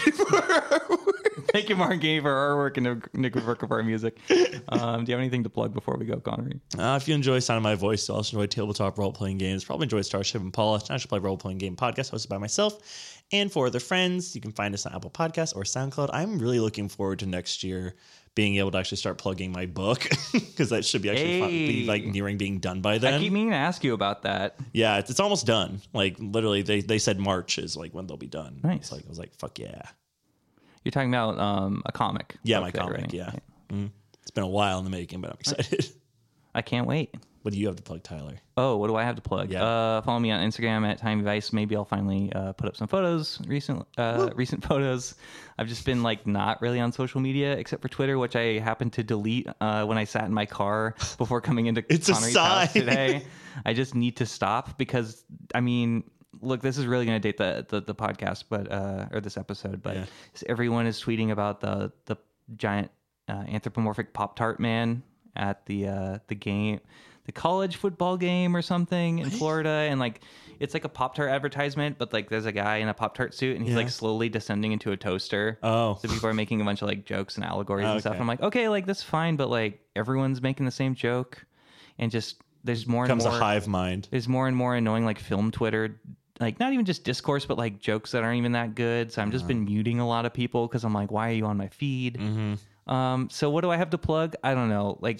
thank you, Mark Gaye, for our work and Nick- Nick Woodworker for our music. Um, do you have anything to plug before we go, Connery?
Uh, if you enjoy Sound of My Voice, you also enjoy tabletop role playing games, probably enjoy Starship Impala, an actual play role playing game podcast hosted by myself and four other friends. You can find us on Apple Podcasts or SoundCloud. I'm really looking forward to next year being able to actually start plugging my book because that should be actually fin- be
Hey.
like nearing being done by then.
I keep meaning to ask you about that.
yeah, it's, it's almost done. Like literally, they, they said March is like when they'll be done.
Nice.
It's like I was like, fuck yeah,
You're talking about um, a comic.
yeah,
book
my
that you're
comic.
writing.
Yeah, Mhm. it's been a while in the making, but I'm excited.
I can't wait.
what do you have to plug, Tyler?
Oh, what do I have to plug?
Yeah.
Uh, follow me on Instagram at Time Vice. Maybe I'll finally uh, put up some photos, recent uh, recent photos. I've just been like not really on social media except for Twitter, which I happened to delete uh, when I sat in my car before coming into
It's a
Connery's house
sign.
today. I just need to stop because I mean, look, this is really going to date the, the the podcast, but uh, or this episode, but
Yeah.
everyone is tweeting about the the giant uh, anthropomorphic Pop Tart man at the uh, the game, the college football game or something in Florida, and like it's like a Pop Tart advertisement, but like there's a guy in a Pop Tart suit and he's
Yeah.
like slowly descending into a toaster.
Oh,
So people are making a bunch of like jokes and allegories and stuff.
Okay.
I'm like, okay, like this is fine, but like everyone's making the same joke, and just there's more and
comes a
more
hive mind.
there's more and more annoying like film Twitter, like not even just discourse, but like jokes that aren't even that good. So I'm just
Uh-huh.
been muting a lot of people because I'm like, why are you on my feed?
Mm-hmm.
Um, so what do I have to plug? I don't know. Like,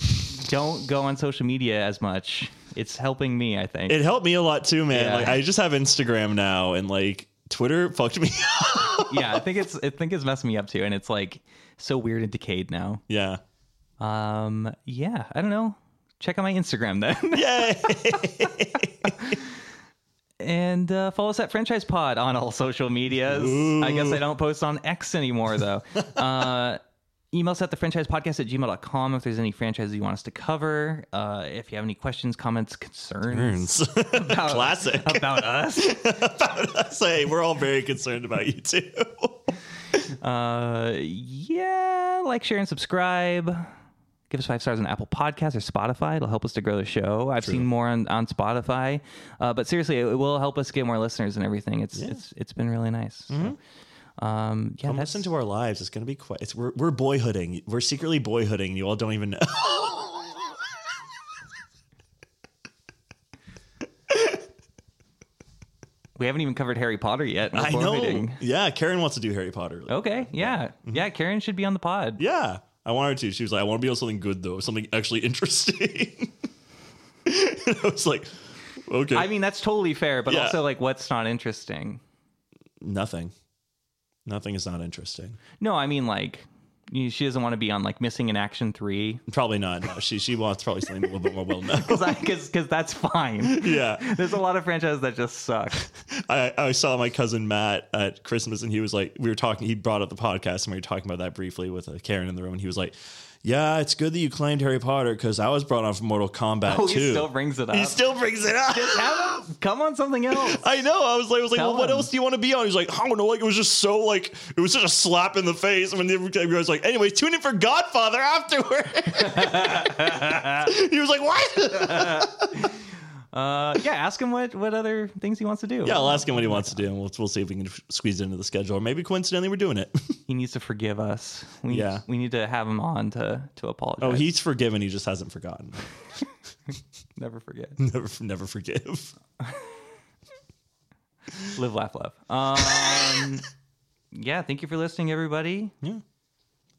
don't go on social media as much. It's helping me, I think.
It helped me a lot too, man.
Yeah.
Like I just have Instagram now, and like Twitter fucked me. up.
yeah, I think it's I think it's messing me up too, and it's like so weird and decayed now.
yeah.
Um, yeah, I don't know. Check out my Instagram then,
Yay.
and uh, follow us at Franchise Pod on all social medias. I guess I don't post on X anymore though. uh, email us at the franchise podcast at gmail.com if there's any franchises you want us to cover. Uh, if you have any questions, comments, concerns about,
Classic.
about us.
Say we're all very concerned about you too.
Uh, yeah, like, share, and subscribe. Give us five stars on Apple Podcasts or Spotify. It'll help us to grow the show. I've seen more on, on Spotify, uh, but seriously, it, it will help us get more listeners and everything. It's it's it's been really nice. So, um, yeah, that's,
Mm-hmm. Listen to our lives. It's gonna be quite. It's, we're we're boyhooding. We're secretly boyhooding. You all don't even know.
we haven't even covered Harry Potter yet. We're
I know.
forfeiting.
Yeah, Karen wants to do Harry Potter.
Okay, yeah, yeah. Karen should be on the pod.
Mm-hmm. Yeah, I wanted to. She was like, I want to be on something good though, something actually interesting. and I was like, okay,
I mean, that's totally fair, but
Yeah.
also like, what's not interesting?
nothing. Nothing is not interesting.
No, I mean like, you, she doesn't want to be on like Missing in Action Three
Probably not. No, she she wants probably something a little bit more well known.
because because that's fine.
yeah,
There's a lot of franchises that just suck.
I, I saw my cousin Matt at Christmas, and he was like, we were talking. He brought up the podcast, and we were talking about that briefly with uh, Karen in the room, and he was like, "Yeah, it's good that you claimed Harry Potter because I was brought on from Mortal Kombat
Oh,
too."
he still brings it up.
he still brings it up.
Have him come on something else.
I know. I was like, I was like,
Tell
well, what
him.
else do you want to be on? He was like, I don't know. Like, it was just so like, it was such a slap in the face. And when the I was like, anyway, tune in for Godfather afterward. he was like, what?
Uh, yeah, ask him what, what other things he wants to do.
Yeah, I'll ask him what he wants to do, and we'll, we'll see if we can f- squeeze it into the schedule. Or maybe coincidentally, we're doing it.
He needs to forgive us. We,
Yeah.
we need to have him on to, to apologize.
oh, he's forgiven. He just hasn't forgotten.
never forget.
never, never forgive.
Live, laugh, love. Um, yeah, thank you for listening, everybody.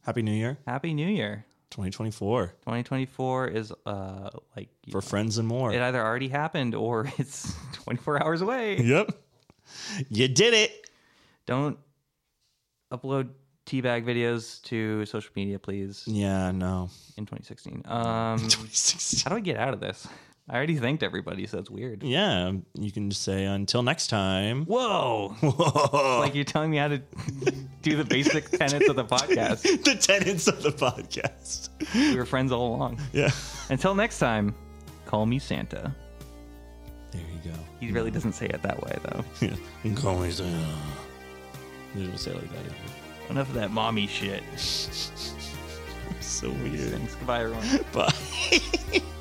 Happy New Year,
Happy New Year.
2024,
2024 is uh like
for friends and more.
it either already happened or it's 24 hours away.
Yep, you did it.
Don't upload teabag videos to social media, please.
Yeah, no.
In 2016. Um,
2016.
how do I get out of this? I already thanked everybody, so it's weird.
Yeah, you can just say until next time.
Whoa! Like you're telling me how to do the basic tenets of the podcast.
the tenets of the podcast.
We were friends all along.
Yeah.
Until next time, call me Santa.
There you go.
He really doesn't say it that way, though.
Yeah. Call me Santa. They don't say it like that. either.
Enough of that mommy shit.
So weird.
Thanks. Goodbye, everyone.
Bye.